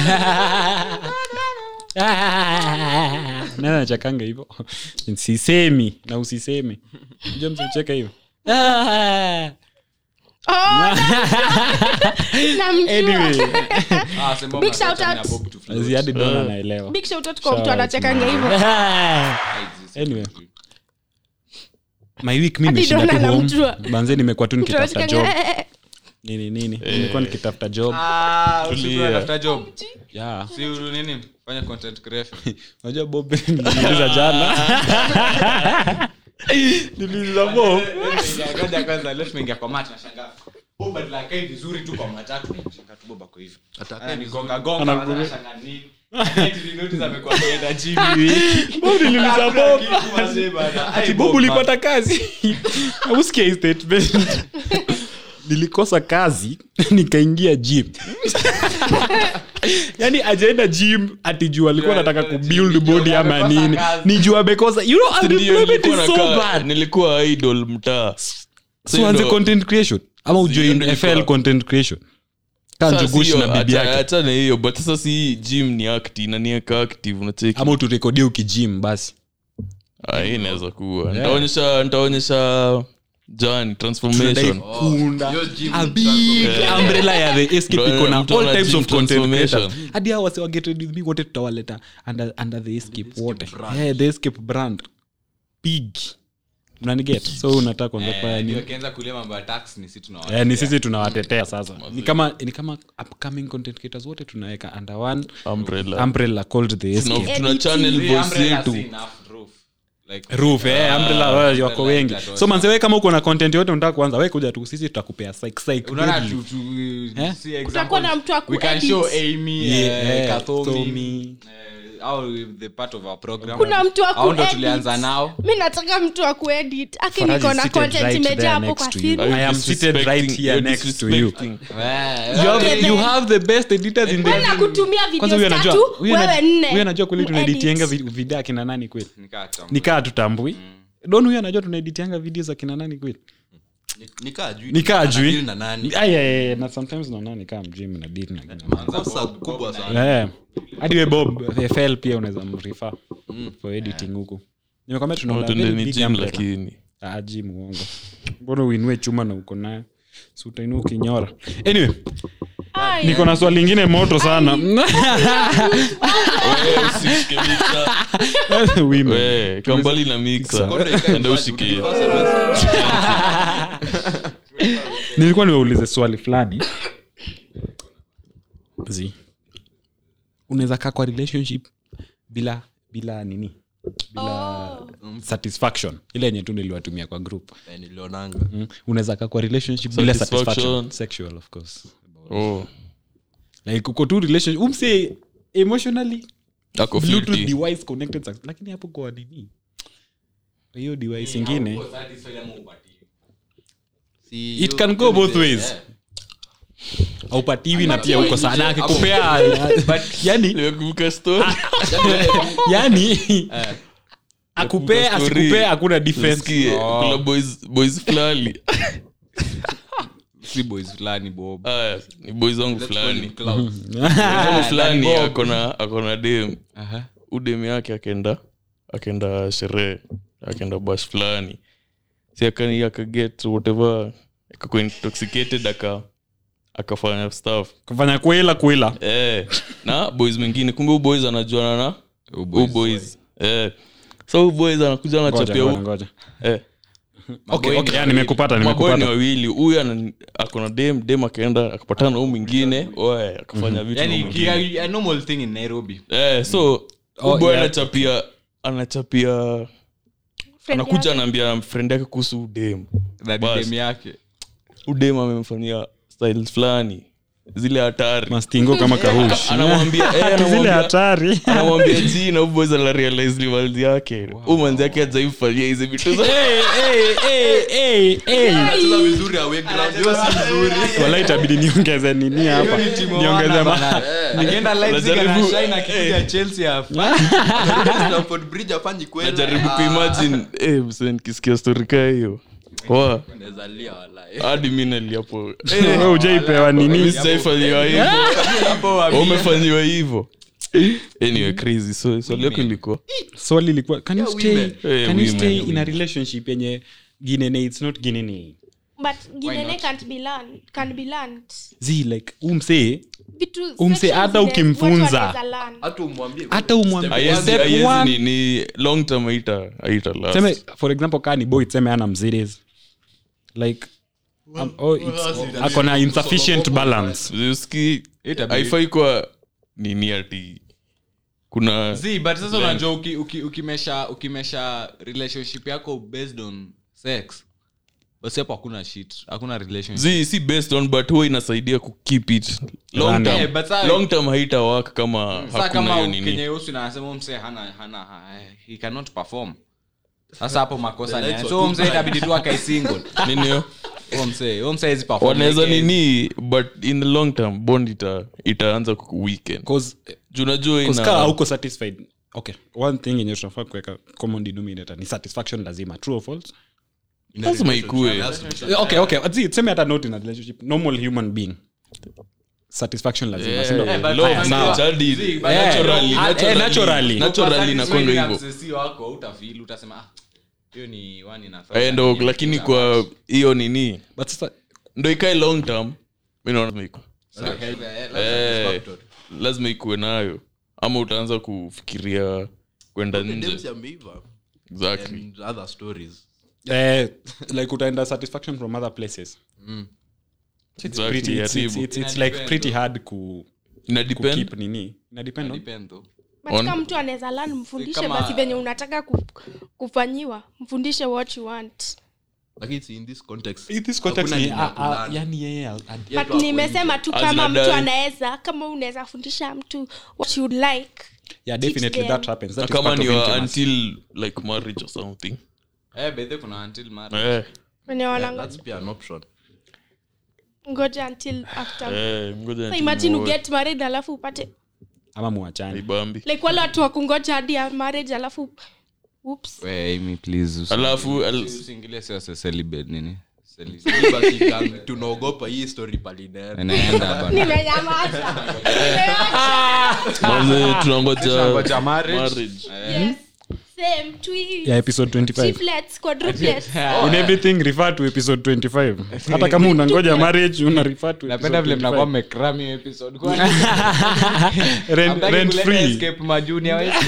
nani anachakanga hivyo sisemi na usiseme ja msimcheka hivyo
Oh, namjua.
Anyway,
Ah, sema
Big
mnataka
shout
na
out.
Bob to float.
Zee hadi Don anaelewa
Big shout out kwa
Shout
mtu
out,
anachekanga
man.
hivyo
Anyway. my week mi
Hadi
nimeshinda
Don
tu home.
anamjua.
banze nimekuwa tu
Mtu
nikitafuta job
anachekanga, eh, eh, eh.
nini nini nilikuwa nikitafuta job
Ah.
Tulia.
tafuta job
yeah
si uru nini fanya content creation
unajua bob niliuliza jana niliuliza bob
Eh, Ngoja kwanza leo tumeingia kwa mat nashangaa bob alikai vizuri tu kwa matatu nashangaa tu bob ako hivi
Atakaa vizuri.
anagonga gonga
Anagonga.
anashangaa nini Eti notice amekuwa ameenda gym
bob niliuliza
Hakuna
bob
kitu wazee bana. Ai,
ati bob
Bob,
ulikuwa
man.
ta kazi usikia hii statement nilikosa kazi nikaingia gym yaani ajaenda gym atijua alikuwa
Yeah,
nataka
alikuwa
kubuild
gym,
body
juu
ama
amekosa
nini
kazi.
nijua amekosa you know
Ndio,
unemployment
nilikuwa
is so
nakaa-
bad
nilikuwa idol mtaa
so anze content creation ama
ndio
ujoin fl
ilikuwa.
content creation kanjugushi na bibi yake
achane hiyo but sasa si hii gym ni acti inanieka active unacheki
ama uturekodie ukijim basi
Ah, hii inaweza kuwa nitaonyesha nitaonyesha jan transformation
Oh,
Kunda.
hiyo gym
A big
transformation.
umbrella ya the escape
Ndio,
iko na
mtu ana
all types
gym
of content
transformation.
creators. hadi hao wase wa Get Ready With Me wote tutawaleta under, under the escape wote
brand.
yeah, the escape brand big mnaniget so unataka kuongea
Eh,
kwa
Eh, Ndio,
nini
akianza kulia mambo ya tax ni si tunawa
Eh, ni sisi tunawatetea sasa ni kama ni kama upcoming content creators wote tunaweka under one
umbrella
umbrella called the
Tuna-
escape
tuna
Editing.
channel
Hii
voice
umbrella
yetu
si enough roof. Like, ah,
roof eh, umbrella wao wako
umbrella
wengi
itatosha.
so manze wewe kama uko na content yote unataka kuanza wewe kuja tu sisi tutakupea psych psych
unaona
really.
tu- tu-
Eh?
si
Kutakuwa na
example.
mtu wa
We can
kuedit.
show Amy,
Yeah,
eh,
eh,
Kathomi,
Kathomi.
eh, au the part of our program.
Kuna mtu wa
Au ndo
kuedit.
tulianza nao
mi nataka mtu wa kuedit aki
Faraj
niko
is
na
seated
content
right there
imejaa hapo
next
kwa
to you.
simu
I am seated right here
Disrespecting- you're
next to you.
disrespecting.
Eh,
you have,
Okay,
you
then.
have the best editors in the
Wewe na kutumia
Kwanza
video
huyu anajua-
tatu
huyu
wewe
ana- huyu
nne
anajua kweli
Muedit.
tunaeditianga vi- video akina nani kweli
nikaa kitambo.
nikaa tutambui don huyu anajua tunaeditianga video za kina nani kweli
Mm. Ni- nikaa juu.
nikaa jui
Anadeal na nani?
Ay, ay, ay, na sometimes naona nikaa mjimi na dili na kina nani.
Kosa kubwa sana.
Eh, hadi we bob fl pia unaweza mrifa
Mm.
for
Eh.
editing huku nimekwambia
No,
tunaona very
tuendeni
big
Oh, gym
umbrella.
lakini
aji muongo mbona uinue chuma na uko nayo si utainua ukinyora anyway
Ai,
niko na swali lingine moto sana
Wewe usishike mixer.
Women.
Wewe, kaa mbali na mixer.
Kondo ikae
Enda
juu,
ushikie
ulikuwa sana-
nilikuwa niwaulize swali fulani Zi. unaweza kaa kwa relationship bila bila nini
oh.
satisfaction ile yenye tu niliwatumia kwa group
Eh, nilionanga.
mm. unaweza kaa kwa relationship bila
Satisfaction.
satisfaction sexual of course
Oh,
like uko tu relationship umse emotionally
ako
bluetooth
filthy.
device connected success- lakini hapo kwa nini Kwa hiyo device ingine
Si
it
yo-
can go
yo ni
both
the-
ways
eh.
aupatiwi na pia uko sana akikupea
But-
yani
Nimekumbuka story.
Ah, yani akupee asikupee hakuna difference
Nisikie, kuna boys- boys fulani
si boys fulani bob
Aya, ni boys wangu
Let's call
fulani
him Klaus.
Ah,
Mtu fulani
Bob.
akona akona dem
Aha.
udemi yake akenda akenda sherehe akenda bas fulani si akani- akaget whatever akakuwa intoxicated aka akafanya stuff
kufanya kuela kuela
eh, na boys mwingine kumbe huyu boys anajuana na
Oh, boys.
huyu boys eh, so huyu boys anakuja
Ngoja,
anachapia
ngoja,
huyu-
ngoja.
eh,
Okay, okay, yeah, nimekupata
maboy ni
nimekupata
wawili huyu ana- akona dem dem akaenda akapatana na huyu mwingine oe
Mhm.
akafanya vitu na
Yani,
mwingine.
ki- a normal thing in nairobi
eh, so
Oh,
oh, boy
yeah.
anachapia anachapia
Friend
anakuja
yako.
anaambia friend yake kuhusu udem
na
Bas.
dem yake
udem amemfanyia style fulani zile hatari
mastingo kama kahushi
anamwambia eh,
Ati zile
anamwambia
hatari
anamwambia jina huyu boys anarealize rivaldi yake huyu manzi yake ajaifanyia hizi vitu za-
Anacheza vizuri away ground, hiyo si vizuri.
wala itabidi niongeze nini hapa niongeze ma-
Akienda Eh. Leipzig,
Anajaribu-
anashine, akikuja
eh.
Chelsea, afu-
Stamford Bridge hafanyi kweli.
najaribu
Ah,
kuimagine eh, mse nikisikia stori kaa hiyo Wa,
naweza lia walai.
hadi mi naliapo
Wewe hujaipewa Eh, nini
sijaifanywa hivo
Hapo wa-
umefanyiwa hivo anyway crazy so swali yako ilikuwa
swali ilikuwa can you
Yeah,
stay,
women.
Eh,
can you
women,
stay in a
women.
relationship yenye ginene it's not ginene
but ginene
not?
can't be learned, can be learned.
zi like umsee
Vitu-
Umse-
sections
hata
zenye watu
ukimfunza.
wanaweza learn.
Hata umwambie-
hata umwambie
Haiwezi-
Step
haiwezi
one.
ni, ni long term haita haita last
Tuseme, for example kaa ni boy tuseme ana mziris like Um, oh, it's- ako na insufficient balance
ziuski haifai kuwa nini ati kuna
Zii, but sasa
Length.
unajua uki- uki- ukimesha ukimesha relationship yako based on sex basi hapo hakuna shit hakuna relationship
zi si based on but huwa inasaidia kukip it long
Random.
Eh,
term,
but saa-
long term haita work kama
sasa
hakuna
kama
hiyo nini
kenye usi na anasema huyu mzee hana hana ha- he cannot perform sasa hapo makosa
The
ni
lights
so
were
huyu
too
mzee
bright.
itabidi tu akae single
Nini hiyo?
Huyu mzee huyu mzee hawezi perform
wanaweza
like, eh,
nini but in the long term bond ita itaanza ku- weaken
cause
Juu unajua
Because kaa
ina
hauko satisfied okay one thing yenye tunafaa kuweka common denominator ni satisfaction lazima true or false
lazima ikue
Eh, okay okay Zi, tuseme hata not in a relationship normal human being satisfaction lazima
Yeah,
si ndio?
yeah,
Eh, but
long
haya,
term,
sawa.
jadi-
See, but
Yeah.
naturally,
Ah, eh,
naturally.
naturally.
Naturally inakwanga hivyo.
msesi wako utafil utasema ah, hiyo ni one in a thousand.
Eh, ndo lakini kwa hiyo nini
but sasa
ndo ikae long term mi naona lazima ikuwe.
Eh, eh,
Eh, lazima ikuwe nayo ama utaanza kufikiria kwenda nje exactly
eh, like utaenda satisfaction from other places it's,
Exactly,
pretty, it's, it's,
haribu.
it's, it's like pretty hard ku,
Ina
ku
depend-
keep nini ina depend on
depend though.
But
On-
kama mtu anaweza lan mfundishe
Kama-
basi venye unataka ku- kufanyiwa mfundishe what you want
In this context ni ah, ah, yani yeye al- al-
but nimesema tu
As
kama
in uh,
mtu
adult.
anaweza kama unaweza fundisha mtu what you like
yeah definitely
them.
that happens
Ah,
that is
kama
part
ni
of
wa
intimacy.
until like marriage or something
Eh, by the way, kuna until marriage.
eh,
wenye wanangoja ngoja until after
eh, mgoja
Sasa
until
imagine
muoe.
uget married alafu upate
ama muachane
Haibambi.
like wale watu wakungoja hadi ya marriage alafu oops
Eh, Amy, please, usi-
alafu al-
usiingilie siasa celibate nini Celi-
tunaogopa hii story palinaenda
inaenda bana.
nimenyamaza Nimeacha.
manze
Ah.
tunangoja
Tunangoja marriage.
marriage.
Yes. Same, twins,
yeah episode 25
triplets, quadruplets.
in everything refer to episode 25 hata kama unangoja marriage una refer to
napenda vile
episode
mnakuwa
25.
mmecram hiyo episode Kwani-
Rent-
Hamtaki
rent
kuleta
free
escape majunior wa escape.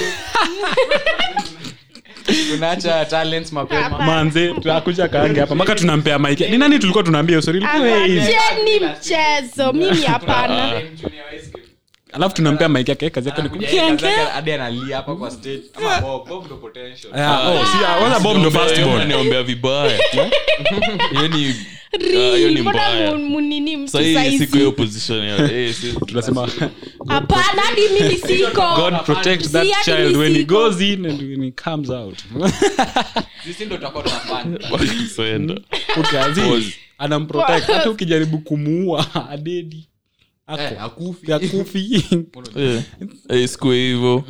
tunaacha talents mapema
manze akuja kaange hapa maka tunampea mike ni nani tulikuwa tunaambia usori
Acheni Ah, mchezo mimi
Uh,
hapana
Ah.
alafu tunampea mike yake kazi yake ni ku-
hadi analia hapa kwa stage Ama Bob, Bob ndo potential
Ah, oh, si- ah, wala bomb ndo first
Hiyo
born.
unaniombea vibaya hiyo ni Ah, hiyo ni
Ri, mbona
mbaya.
mu- munini mtu
sahii siku
saizi
hiyo position ya eh, si-
tunasema
hapana hadi mimi siko
god protect that
Si, yani
child when he
siko.
goes in and when he comes out
sisi ndo tutakuwa tunafanya
Saenda.
ukazi anamprotect hata ukijaribu kumuua adedi
Eh,
ako akufi
Eh, eh, sikuwe hivyo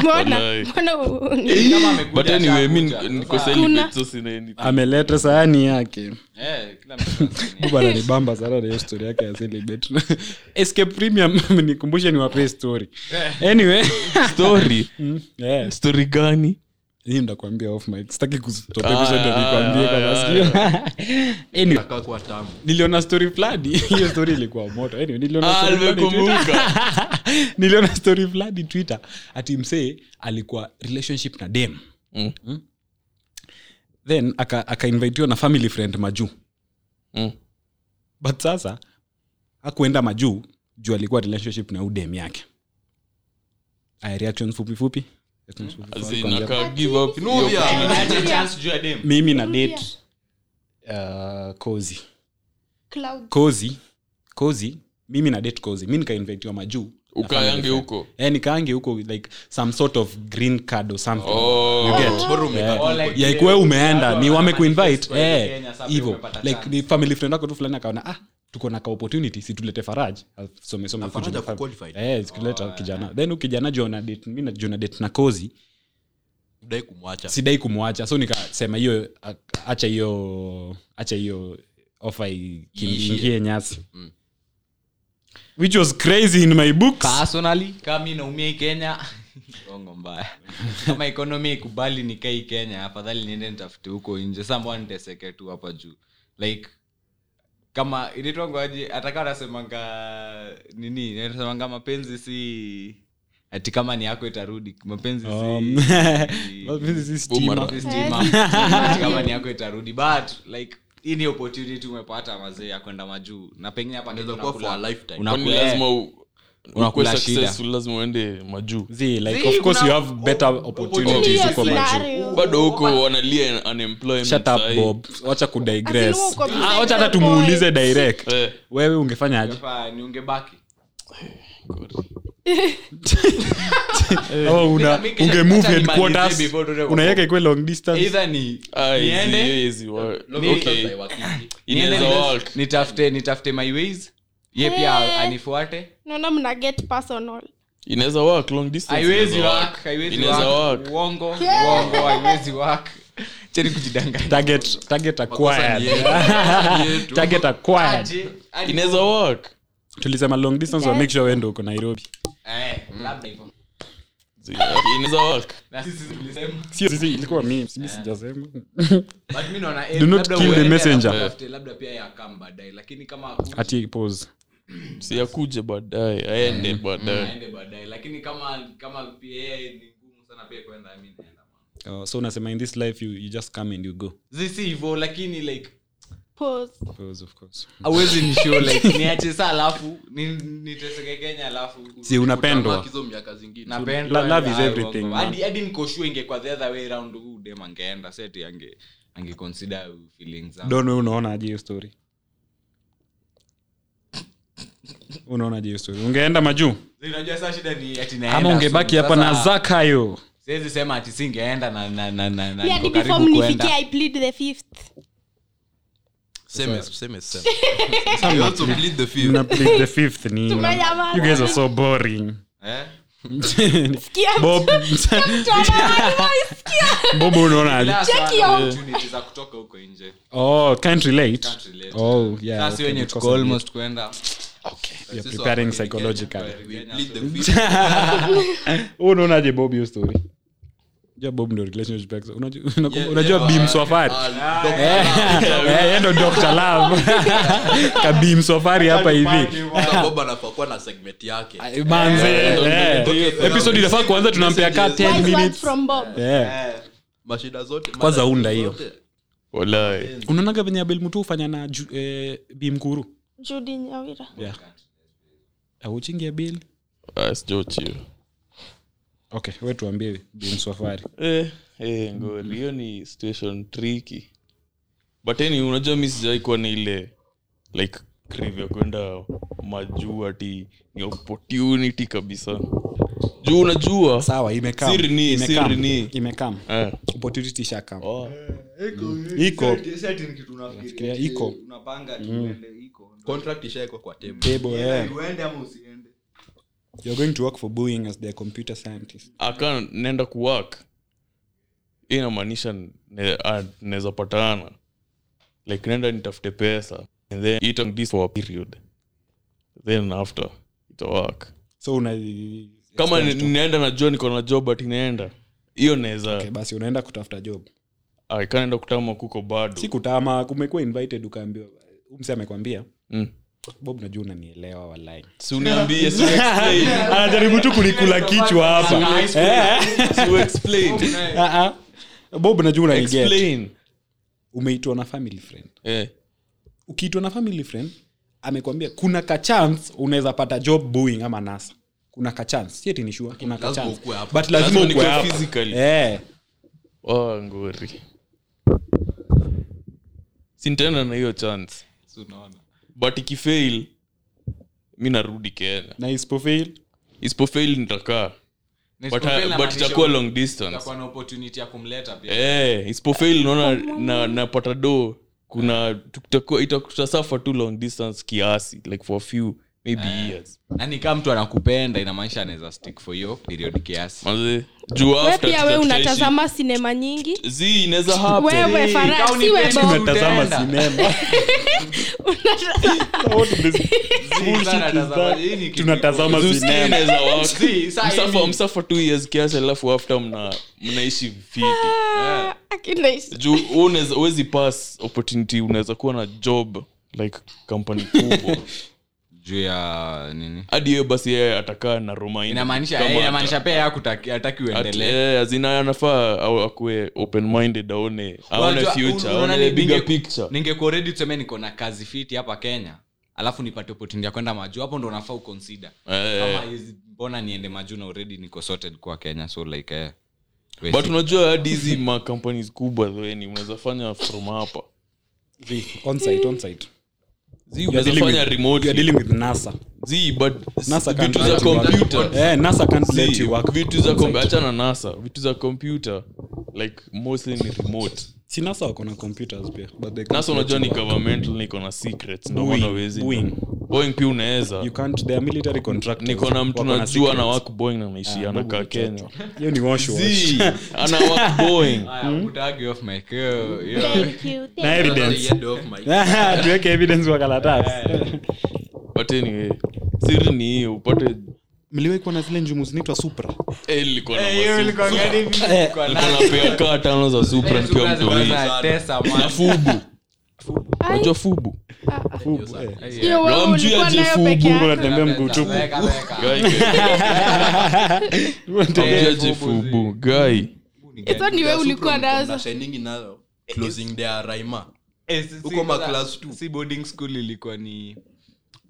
mbona
Wallahi.
mbona u- ni-
kama amekuja
but anyway mi
ashakuja.
niko
Sasa-
celibate, so sina any-
ameleta sahani yake
Eh, kila mtu anafanya.
bana ni bamba sana na hiyo story yake ya celibate escape premium nikumbushe ni wapee story anyway
story
Mm, yeah.
story gani
hii ndakwambia off mic sitaki
Ah, ah,
kutopeishanikwambie
ah,
kama
ah,
sikio anyway
kwa tamu
niliona story fulani hiyo story ilikuwa moto anyway niliona
Ah,
story fulani Twitter.
nimekumbuka
niliona story fulani twitter ati msee alikuwa relationship na dem
Mm.
Mm. then aka- akainvitiwa aka na family friend majuu
Mm.
but sasa akuenda majuu juu alikuwa relationship na udem yake aya reactions fupi fupi Reactions fupi fupi.
As in,
Kwanza,
aka give up hiyo
Kinovia.
Acha chance juu ya dem.
mimi na
Rudia.
date uh, kozi
Cloud.
kozi kozi mimi na date kozi mi nikainvitiwa majuu na family
ukayange
friend.
huko
Eh, nikaange huko with like some sort of green card or something
Oh.
you get
Bora umekaa
Yeah.
Oh, like
Yeah, ikuwe
leo,
umeenda
watu
ni
wanamanifest
wamekuinvite
kwa hii
eh,
Kenya, sababu
hivyo
umepata
like
chance.
ni family friend wako tu fulani akaona ah tuko na ka opportunity si tulete faraj somesome
Faraj ako qualified.
sikileta Eh, kijana then ukijana jona date mi na- juu na date na kozi
dai kumwacha
sidai kumwacha so nikasema hiyo a- acha hiyo acha hiyo ofa ikiingie nyasi which was crazy in my books
personally kama mi naumia hii kenya rongo mbaya kama economy ikubali nikae hii kenya afadhali niende nitafute huko nje saa mbona niteseke tu hapa juu like kama initwangoaji atakaa nasemanga nini nasemanga mapenzi si ati kama ni yako itarudi mapenzi si
Um,
si-
Well, this is steamer.
Boomerang.
si stima.
Eh, si
Ati kama ni yako itarudi but like hii ni opportunity umepata mazee ya kwenda majuu na pengine hapa
Unaweza
Kenya
kuwa for a
unakula-
lifetime.
unakula-
kwani lazima u- ukuwe
Unakula shida.
successful lazima uende majuu
Zee, like,
Zee,
of course
kuna-
you have better
Only
opportunities
a
huko majuu.
scenario.
bado huko wanalia unemployment
Shut up,
sahi.
Bob. wacha kudigress.
Asi, uko
Ah, wacha hata
beside your
tumuulize
point.
direct
Eh,
wewe ungefanyaje
Ungefaa- ni ungebaki
God.
Au Oh, una-
Mimi Kenya-
ungemove
acha nimalizie
headquarters,
before tuende kwa-
unaiweka ikuwe long distance
Either ni
Ah, hizi-
niende
hizi wa-
Local
okay.
sasa haiwakiki.
Inaweza
niende ni-
work.
nitafute nitafute my ways ye
Eh.
pia anifuate
naona mna get personal
inaweza work long distance
haiwezi
inaweza
work haiwezi
Inaweza
work
work.
uongo uongo haiwezi work cheni kujidanganya
target target
Makosa ni yetu.
acquired
Makosa ni yetu.
target acquired
Aje, hadi-
inaweza work
tulisema long distance wa make sure wewe ndio uko nairobi
Eh, labda hivyo.
inaweza work
Na sisi tulisema.
sio sisi ilikuwa mimi mimi sijasema
But mi naona, eh,
Do not
labda
kill the
uende,
messenger.
labda utafute, labda pia yeye akam baadaye lakini kama hakuji,
ati pause
si akuje baadaye aende
Mm.
Mm.
baadaye
aende baadaye lakini kama kama pia yeye ni ngumu sana pia kwenda mi naenda
Oh, so unasema in this life you, you just come and you go
zisi hivyo lakini like
pause
pause of course
awezi nisho like niache saa alafu ni- niteseke kenya alafu
si unapendwa
Utamaki hizo miaka zingine.
napendwa
La- love is
Ah,
everything,
uongo.
man.
Hadi- hadi nikoshua ingekuwa the other way round huu dem angeenda seti ange angeconsider feelings zangu.
don we unaona aje hiyo story unaona je hiyo story ungeenda majuu
unajua saa shida ni ati naenda
ama ungebaki
soon.
hapa na
Sasa,
zakayo
siwezi sema ati singeenda na- na- na- na- na
Pia
niko
hadi Yaani before
karibu kuenda.
mnifikie i plead the fifth
Same as- same as same. You also plead the fifth.
mna plead the fifth ni
Tumejamana.
you guys are so boring
Eh?
Sikia mtu-
bob
mtu ambaye always sikia.
bob unaona aje
Ila sana
your-
opportunity za kutoka huko nje
oh can't relate
Can't relate.
oh yeah
sasi
okay,
wenye
because
tuko
of you.
almost kwenda
you're
Sisi
preparing
wa-
psychologically
We plead the fifth.
Wewe unaonaje bob hiyo story ja bob ndo relationship yake. Unajua- unakumbu-
Yeah,
unajua
yeah,
bim
ah,
swafari
ah,
Eh, ndo dr love kabim swafari hapa hivi
Sasa Bob anafaa kuwa na segment yake.
manze
ndo-
eh,
ndo- ndo-
episode inafaa kuanza tunampea kaa
Messages.
10
Wise words
minutes
from Bob.
Eh,
Mashida zote-
Kwanza
mashida
unda hiyo.
zote.
walai
unaonaga venye abel mtu hufanya na Ju- eh, bi mkuru
Judy Nyawira.
yeah. auchingi ya bill
Ah, sijochio
okay we tuambie bi mswafari
eh, eh, ngori hiyo ni situation tricky but any unajua mi sijawai kuwa na ile like crave ya kwenda majuu ati ni opportunity kabisa juu unajua
sawa imekam
Siri ni- siri ni.
imekam
eh,
opportunity shakam
oh,
iko Fikiria, iko.
ikounapangauende
Contract ishaekwa kwa table.
table yeah.
ama usiende
you're going to work for boeing as their computer scientist
aka naenda kuwork hii inamaanisha ne- ah, naweza patana like naenda nitafute pesa and then eat on this for a period then after ita work
so una
kama ni-
extend to-
ninaenda najua niko na job ati naenda hiyo naweza
Okay, basi unaenda kutafuta job
Ah, ikanaenda kutama kuko bado
si kutama umekuwa invited ukaambiwa umse amekwambia
Mm.
bob najua unanielewa walai
si uniambie si explain.
anajaribu tu kunikula kichwa hapa Eh,
Si explain.
Ah, ah. bob najua unaniget
Explain.
umeitwa na family friend
Eh,
ukiitwa na family friend amekwambia kuna kachance unaweza pata job boeing ama nasa kuna kachance sieti ni sure kuna
Lazima
kachance
ukuwe hapa.
but lazima
Lazima
ukuwe
nikuwe
hapa.
physically.
Eh.
oh, ngori sintaenda na hiyo chance but ikifail mi narudi kenya
na isipofail
isipofail nitakaa but, uh, but itakuwa long distance
na opportunity ya kumleta pia
eh, isipofail naona
Oh,
na- napata do kuna tutakuwa- ita- tutasafa tu long distance kiasi like for a few maybe years
yani kama mtu anakupenda inamaanisha anaweza stick for hiyo period kiasi
Manze, juu
we
after
pia we
tuta- tutaishi-
unatazama sinema nyingi
Zii, inaweza happen.
wewe Farah,
Kauni
si we
Benz.
Bob.
unatazama
Utaenda.
sinema tunatazama
Zii,
sinema
inaweza work.
Zii, saa
Msafa-
hii ni-
msafa two years kiasi alafu after mna mnaishi fiti
Eh.
Ah, akinaishi.
juu wewe unaweza- huwezi pass opportunity unaweza kuwa na job like company kubwa
juu ya nini
hadi hiyo basi yeye atakaa na Roma ina-
inamaanisha
kama
eh,
ata-
inamaanisha pia hataki
ati-
uendelee
eh, azina anafaa au akue open minded aone aone
Unajua,
future
unaona
aone
ni-
bigger
ninge-
picture
ningekuwa ready tuseme niko na kazi fiti hapa kenya alafu nipate opportunity ya kwenda majuu hapo ndo unafaa uconsider
Eh.
Kama hizi- mbona niende majuu na already niko sorted kwa kenya so like eh, we
but
see.
unajua hadi hizi makampanies kubwa thoeni unaweza fanya from hapa
onsite onsite
zi
You are
unaweza
dealing
fanya
with- you are
remotely
dealing with nasa
zi but
nasa can't
vitu za
let you work.
kompyuta
Eh, nasa can't let
Zi,
you work
vitu za
onsite.
kompyuta achana nasa vitu za kompyuta like mostly ni remote
si nasa wako na computers pia but they
nasa
can't
unajua
let
ni
you work.
governmental niko na secrets ndio
Boeing,
maana uwezi
Boeing.
boeing pia unaweza
You can't- they are military contractors.
niko na mtu
Wako na
najua na
secrets.
wak boeing na naishi
Ah,
anakaa
Mungu
kenya
hiyo ni wash wash.
zi ana wak boeing
Aya, put Aggie off mic. Yo, yo.
Thank you, thank
na
you.
evidence
Get off my-
tuweke evidence kwa karatasi
but anyway siri ni hiyo upate
mliwahi kuwa na zile njumu zinaitwa supra
eh, ilikuwa na
Eh, yo,
masupu.
ilikuwa gani? Ilikuwa
Alikuwa
nani?
anapea kaa tano za Eh, supra nikiwa mtoi
Tesa, man.
na fubu
Ai,
unajua fubu
ah, ah.
fubu eh.
Hiyo wewe
Na mjui
ulikuwa
aje
nayo
fubu,
peke yako.
unatembea mguu
Weka,
tupu
weka, weka.
amjaje fubu gai
It's only wewe
Supra
ulikuwa
mko
nazo.
mnashiningi nayo closing their rhyma
Eh, si- si-
Huko ma
sasa,
class two.
si boarding school ilikuwa ni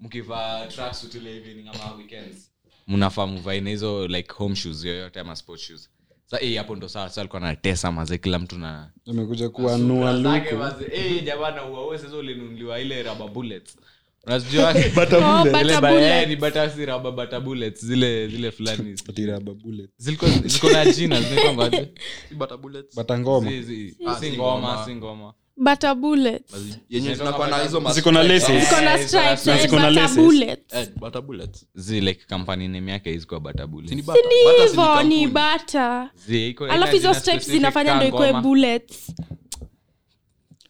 mkivaa tracksuit ile evening ama weekends mnafaa mvae na hizo like home shoes yoyote ama sport shoes sa eh, hapo ndo sawa sasa alikuwa natesa mazee kila mtu na
amekuja kuanua
Zake
luku
mazee, eh, jamaa na uawe sasa ulinunuliwa ile raba bullets unazijua
Oh, bullets.
Ile
Bata
ba-
bullets.
eh, ni bata si raba bata bullets zile zile fulani
atiraba bullet
zilikuwa ziko na jina zinaitwa aje
Bata bullets.
bata ngoma
Si- si-
Ah,
si
si
ngoma
ngoma.
si ngoma
Butter bullets.
Mazi- yenye zinakuwa na hizo mas-
Ziko na laces.
Ziko na
Eh,
stripes,
ziko na-
eh,
ziko na
butter
laces.
bullets.
Eh, bata bullets.
zi like kampani name yake izikuwa bata bullets
Si ni
Si
bata.
ni
Bata si ni
hivyo ni
kampuni.
bata
Zi, iko- ina
alafu hizo
jina
steps
specific
zinafanya
ka
ndo ikuwe
ngoma.
bullets
We-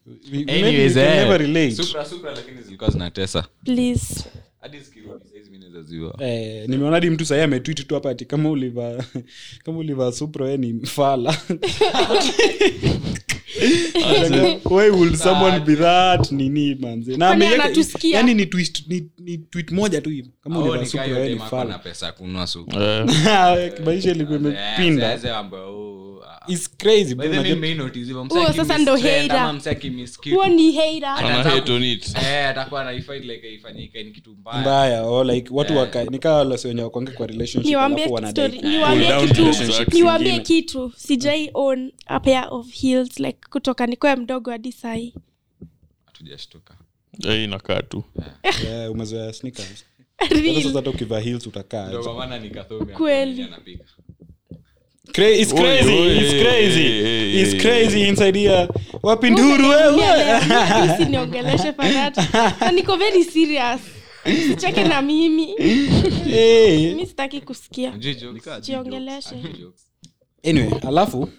we- maybe we
Anyways,
can
eh,
never relate.
Supra- Supra lakini zilikuwa zinatesa
please
hadi zikirudi saizi mi naweza ziwa
Eh, nimeona hadi mtu sahii ametwiti tu hapa ati kama ulivaa kama ulivaa supra we ni mfala Why would someone be that? nini manze na
Kwani
ameiweka-
anatusikia?
yani ni twist ni, ni tweet moja tu hivi kama
Au
ulivaa
Oh, ni
supra
kayo
we ni
dema kuna
fala
pesa ya kununua Supra.
Eh,
maisha ilikuwa
Eh,
imepinda
sasa mambo, oh, ah.
It's crazy, bro,
By the way,
unajua-
mimi notice hivyo,
Huo
msaki
sasa ndo
mistrend
hater.
ama msaki miskitu.
huo ni hater
Ana-
ana hate on it
Eh, atakuwa anaifight like haifanyike, ni kitu mbaya
mbaya o
uh,
like watu waka nikaa lasenye wakwange kwa relationship
niwambie
alafu wanadai
story-
ku-
niwaambie
down
kitu-
relationships
niwaambie
zingine.
kitu sijai own a pair of heels like kutoka nikuwe mdogo hadi sahii
hatujashtuka
Eh, inakaa tu
Eh, umezoea sneakers Sasa sasa hata ukivaa heels utakaa
Ndio
aje.
kwa maana nikathomi
Kweli.
anapika.
Cra- it's
Oi,
crazy,
oi,
it's
oi,
crazy,
oi, oi,
it's
oi.
crazy inside here. wapinduru wewe
usiniongeleshe fanata Na niko very serious usicheke na mimi
Eh.
mi sitaki kusikia
Mjui jokes?
jiongeleshe
Jokes.
anyway alafu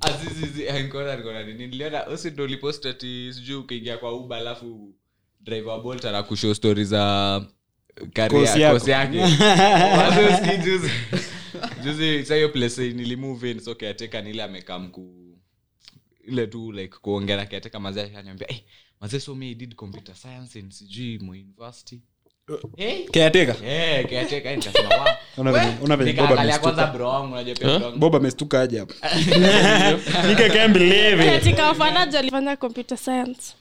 azizizi nkona nikona nini niliona usindo ulipostati sijui ukiingia kwa uba alafu driver bolt anakushow stori za uh, career-
Kosi yako.
kosi yake Wazo usikii juzi juzi sa hiyo place nilimove in so caretaker ni ile amekaa mku ile tu like kuongea na caretaker mazee ananiambia hey, mazee so me I did computer science in sijui mo university
Uh.
hey.
keateka
Yeah, caretaker nikasema wow.
Ona venye- ona venye Bob
Nikaangalia
amestuka.
kwanza bro wangu unajua pia bro wangu
bob amestuka aje hapa Nika can't believe it.
katika wafanaji walifanya computer science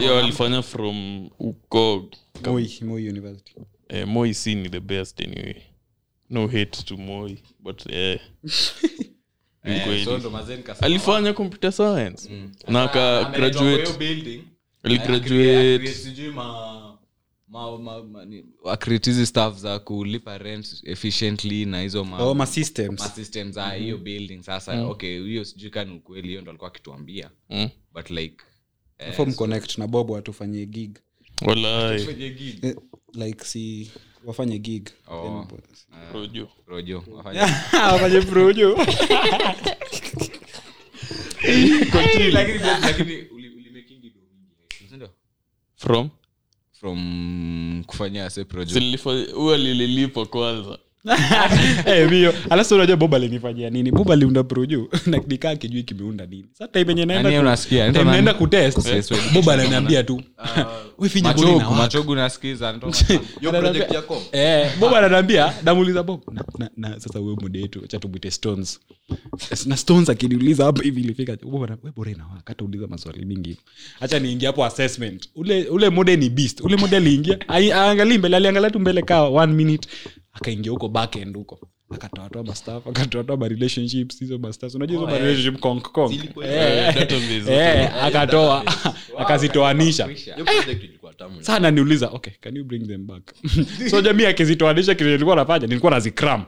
yo alifanya from uko
Moi- Moi University.
eh, moi si ni the best anyway no hate to moi but eh, ni
Eh,
kweli. alifanya computer science
Mm. Ah,
na aka graduate aligraduate
akritizi staff za kulipa rent efficiently na hizo ma-
Oh, ma systems.
ma system za hiyo building sasa okay hiyo sijui kani ukweli hiyo ndo alikuwa akituambia
Mm.
but like eh,
Before mconnect na bob watufanyie gig
walai
kwenye gig
Eh, like si wafanye gig
Oh.
Then- Ah,
rojo
rojo wafanye-
wafanye projo
Lakini- lakini uli- ulimaking it dominate, si ndio?
from
from kufanya se project
Zilifa- huyo alililipa kwanza
Eh, mio alafu unajua bob alinifanyia nini bob aliunda proju na nikaa kijui kimeunda nini sa time yenye naenda
Nani
ku-
unasikia? Ndio
time
Yaani nani?
naenda kutest
Yes, we-
bob ananiambia tu
Uh,
"We finya bodi na
machogu
waka."
machogu nasikiza ndo-
Yo
Ananiambia-
project yako?
Eh, bob ananiambia namuuliza bob na, na, na sasa huyo muda yetu cha tumwite stones Yes, na stones akiniuliza hapa hivi ilifika bob ana- we bora inawaka hata uliza maswali mingi acha niingia hapo assessment ule ule mode ni beast ule mode aliingia ai- aangalii mbele aliangalia tu mbele kaa one minute akaingia huko back end huko akatoatoa mastaff akatoatoa ma relationships hizo mastaff unajua hizo ma relationship conk conk eh
database
eh akatoa akazitoanisha
Yo project ilikuwa tamu.
sana niuliza okay can you bring them back so jamii akizitoanisha kile nilikuwa nafanya nilikuwa nazikram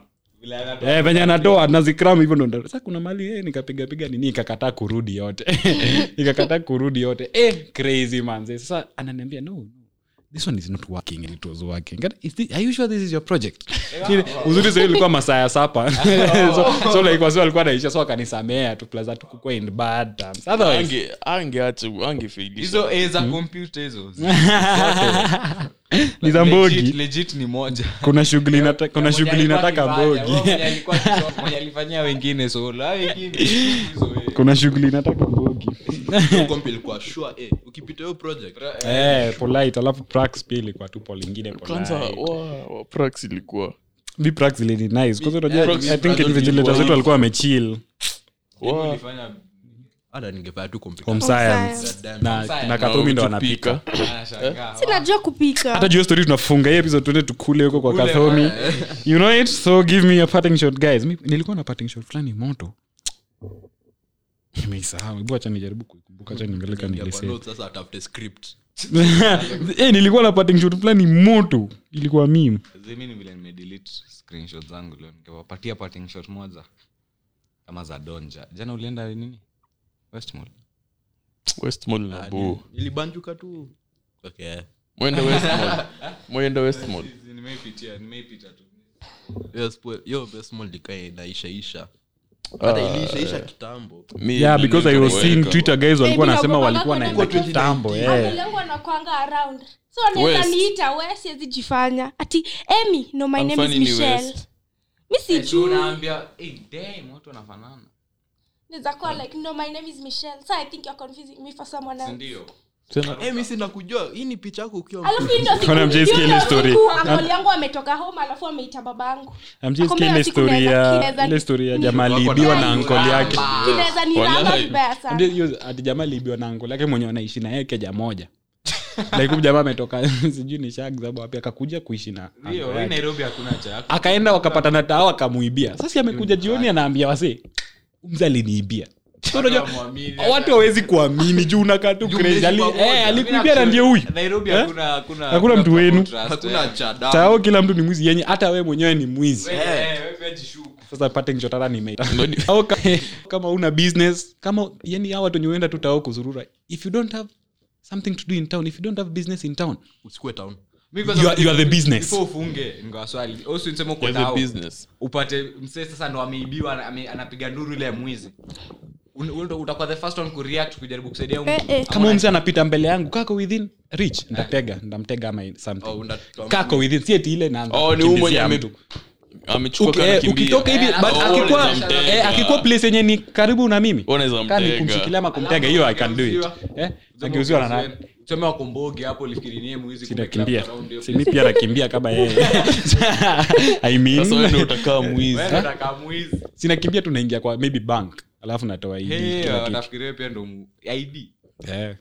Eh, venye anatoa nazikram hivyo ndo nda- sa kuna mali eh, nikapigapiga nini ikakataa kurudi yote ikakataa kurudi yote eh, crazy manze sasa ananiambia no no, this one is not working and it was working And is thi- are you sure this is your project Kile- uzuri sahii ilikuwa masaa ya sapa so, so like wasi walikuwa naisha so akanisamea tu plaza tukukua in bad terms otherwise
Ange- angeacha angefailisha
hizo a za kompyuta hizo
ni za
Legit-
mbogi
legit ni moja
kuna shughuli nata- kuna shughuli nataka mbogi
alifanyia wengine solo hao wengine hizo, eh.
kuna shughuli nataka mbogi
Yo comp ilikuwa sure, eh, ukipita hiyo project,
eh, polite alafu prax pia ilikuwa tu pol ingine
kwanza wa- wa prax ilikuwa Prax- Prax-
polinizetu walikuwa wamechill
Wa-
Ulifanya-
hata ningefanya tu
home
comp-
Home
science
science.
Damn.
na, na
na
kathomi Ah, ndo
ukipika.
wanapika
Ah, anashangaa.
sinajua
hata
kupika
juu hiyo story tunafunga hii episode tuende tukule huko kwa
Kule, eh.
kathomi you know it so give me a parting shot guys Mi, nilikuwa na parting shot fulani moto nimeisahau hebu acha nijaribu kuikumbuka acha niangalie
Ingia kwa
nilisema
notes, sasa atafute script.
Eh, nilikuwa na parting shot fulani moto ilikuwa mimi
Zimi ni vile nimedelete screenshot zangu leo nikawapatia parting shot moja kama za donja jana ulienda nini westmall
westmall
Ah,
na boo
ilibanjuka Ah, tu okay.
mwende westmall mwende westmall
nimeipitia nimeipitia tu
Yo, spo- yo best mall ilikuwa inaishaisha
Ah,
hata iliishaisha kitambo
Mi-
yeah because i was
nilikuwa
seeing
naeka.
twitter guys walikuwa
Baby,
nasema
naogopa
walikuwa
wako
naenda
na Covid-19.
kitambo eh
amelengu anakwanga around so
West.
anaweza niita we siwezi jifanya ati emi no my name
Amfani
is
ni
michelle
West.
mi sijui
Eh, unaambia "Hey, damn, watu wanafanana
naweza kuwa like no my name is michelle so i think you're confusing me for someone else
ndio
Eh, mi sina kujua hii ni picha yako ukiwa
alafu hiyo ndo siku-
Kuna mjezi
hiyo
kile
ndo
story.
siku uncle yangu ametoka home alafu ameita babangu
I'm just
Akamwambia
ile
siku
story
naweza-
ya
kinaweza-
ile story ya jamaa aliibiwa na ankoli yake
kinaweza niramba
Walai.
vibaya sana
Ndio hiyo ati jamaa aliibiwa na ankoli yake mwenye wanaishi na yeye keja moja like huyu jamaa ametoka sijui ni shag sababu wapi akakuja kuishi na uncle
hiyo hii
yake.
nairobi hakuna cha yako
akaenda wakapatana tao akamuibia sasa amekuja jioni anaambia wase mzi aliniibia So unajua,
Hawamwamini.
watu hawezi kuamini juu unakaa tu crazy. Ali- eh, alikuibia na ndio huyu
nairobi
Eh?
hakuna hakuna
Hakuna mtu wenu.
trust,
hakuna
eh.
cha damu.
tao kila mtu ni mwizi yenye hata we mwenyewe ni mwizi
Eh, eh, wewe jishuku.
sasa pate nchotara nimeita
Ndio ni-
Au ka- kama una business kama yani hawa watu wenye huenda tu tao kuzurura if you don't have something to do in town if you don't have business in town
usikue town
Mi
you are, you are the business
before ufunge ngawaswali usinsema uko
As a
tao
business
upate msee sasa ndo ameibiwa ana- ame- anapiga nduru ile ya mwizi Un- wewe ndo utakuwa the first one kureact kujaribu kusaidia huyu
Eh,
mtu.
eh.
kama mzee anapita mbele yangu kako within reach ndatega ntamtega ama something
Oh,
Au unatoa-
kako within sieti ile naanza
Oh, ni huyu mwenye
kukimbizia
ame-
mtu
amechukua
Uki-
kana
eh,
kimbia.
ukitoka hivi
Eh,
but
oh,
akikuwa
unaweza mtega.
eh, akikuwa place yenye ni karibu na mimi
Unaweza
kaa ni
mtega.
kumshikilia ama kumtega hiyo i can do it eh
Sema
akiuziwa na
ukiuziwa-
nani
sema wakombogi hapo ulifikiri niye mwizi kumbe
sinakimbia
club around hiyo.
simi pia nakimbia kama yeye I mean,
Sasa wewe ndio utakaa mwizi
Wewe ndo utakaa mwizi
sinakimbia tu naingia kwa maybe bank alafu natoa ID,
Hey,
kila kitu.
watafikiria wewe pia ndo mu- id
Eh,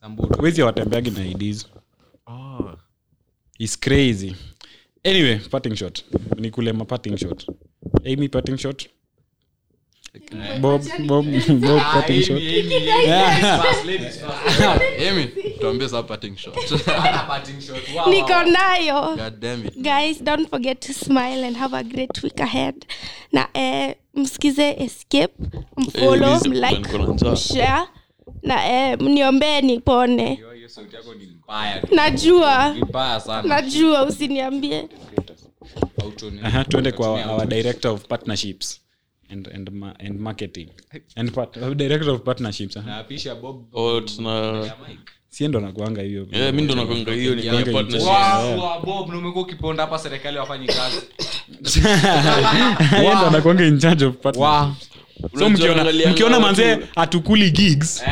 Sambutu.
wezi awatembeagi na ids
Ah.
is crazy anyway parting shot ni kulema parting shot amy parting shot
Eh.
bob bob bob
Ah,
parting
Amy,
shot
Amy, Amy,
Yeah.
first, ladies first.
Eh, Amy, tuambie saa parting shot
Hana parting shot. Wow, wow.
niko nayo
God damn it.
guys don't forget to smile and have a great week ahead na eh, msikize escape mfolo
Eh, hizi niko na njaa.
mlike share na eh, mniombee nipone
Hiyo- hiyo sauti yako ni mbaya tu.
najua
Vibaya sana.
najua usiniambie
Autoni-
Aha, tuende kwa
Autoni-
our director of partnerships and, and, ma and marketing and part director of partnerships aha.
naapisha bob
Oh, tuna
sie ndo nakuanga hiyo Yaani,
Eh, mi ndo nakwanga hiyo ni
Nakuanga
partnership.
hiyo.
Wow, wow, bob na umekuwa ukiponda hapa serikali wafanyi kazi
Yeye ndo anakuanga in charge of partners. so
Unajua
mkiona,
angalia
mkiona
watu-
manzee atukuli gigs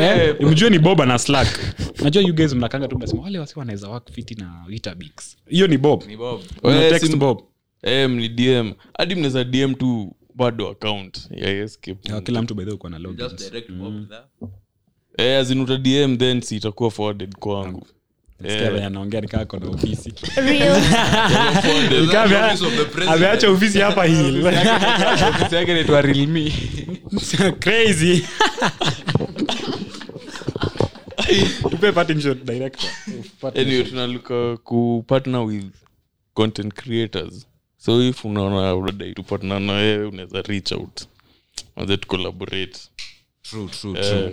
eh, mjue ni bob ana slack najua you guys mnakanga tu mnasema wale wasi wanaweza work fiti na witabix hiyo ni bob Una
Eh,
text
sim-
bob
eh, mni dm hadi mnaweza dm tu bado account ya escape
Yeah, kila mtu by the way uko na logins.
Just direct
Mm.
Bob there.
eh, as in uta dm then si itakuwa forwarded kwangu
Sikia venye anaongea nikaa kona ofisi
real
There's
Nikaa
an
amea-
office of the president.
ameacha ofisi hapa hii crazy tupe parting shot director
anyway tunaluka kupartner with content creators so if unaona unadai tupartner na wewe unaweza reach out anze tucollaborate Eh,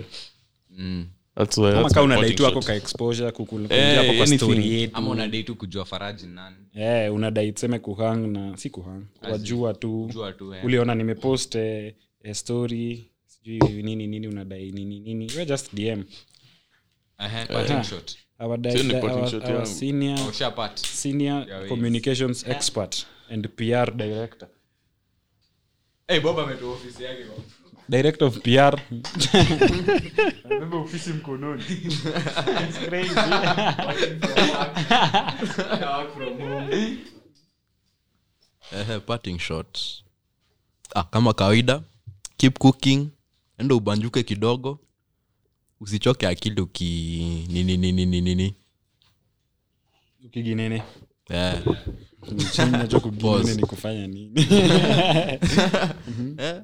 Mm.
that's why
kama
that's
kaa
my
unadai tu
parting
wako
shot.
ka exposure kukul-
Eh,
kuingia hapo kwa
anything.
story yetu
ama unadai tu kujua faraji ni nani
Eh, unadai tuseme kuhang na si kuhang wajua tu
jua tu eh.
uliona nimepost eh, eh, story sijui nini nini unadai nini nini we just dm
Ehe, parting
Eh.
shot.
our,
Sio ni
di-
parting
our,
shot
our
yangu.
senior
Ushapata.
senior
Oh, Yeah, we-
communications expert and pr director
Eh, Bob ametoa ofisi yake kwa-
director of pr ofisi mkononi
Ehe, parting shots. Ah, kama kawaida keep cooking enda ubanjuke kidogo usichoke akili uki nini nini nini nini
ukiginene
eh,
nacho kuginene
Pause.
ni kufanya nini
eh,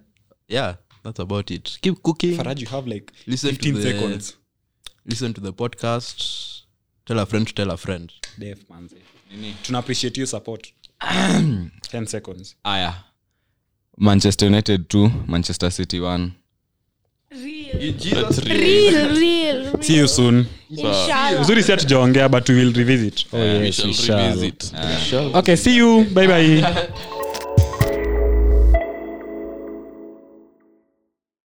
yeah that's about it keep cooking
faraj you have like
Listen to
15
the-
seconds
listen to the podcast tell a friend to tell a friend
Def, manze.
Nini?
tuna appreciate your support 10 seconds
aya manchester united t manchester city one
real
That's real.
real real
see you soon
inshallah
uzuri si hatujaongea but we will revisit oh,
We
yes,
shall
we shall.
revisit.
okay see you bye bye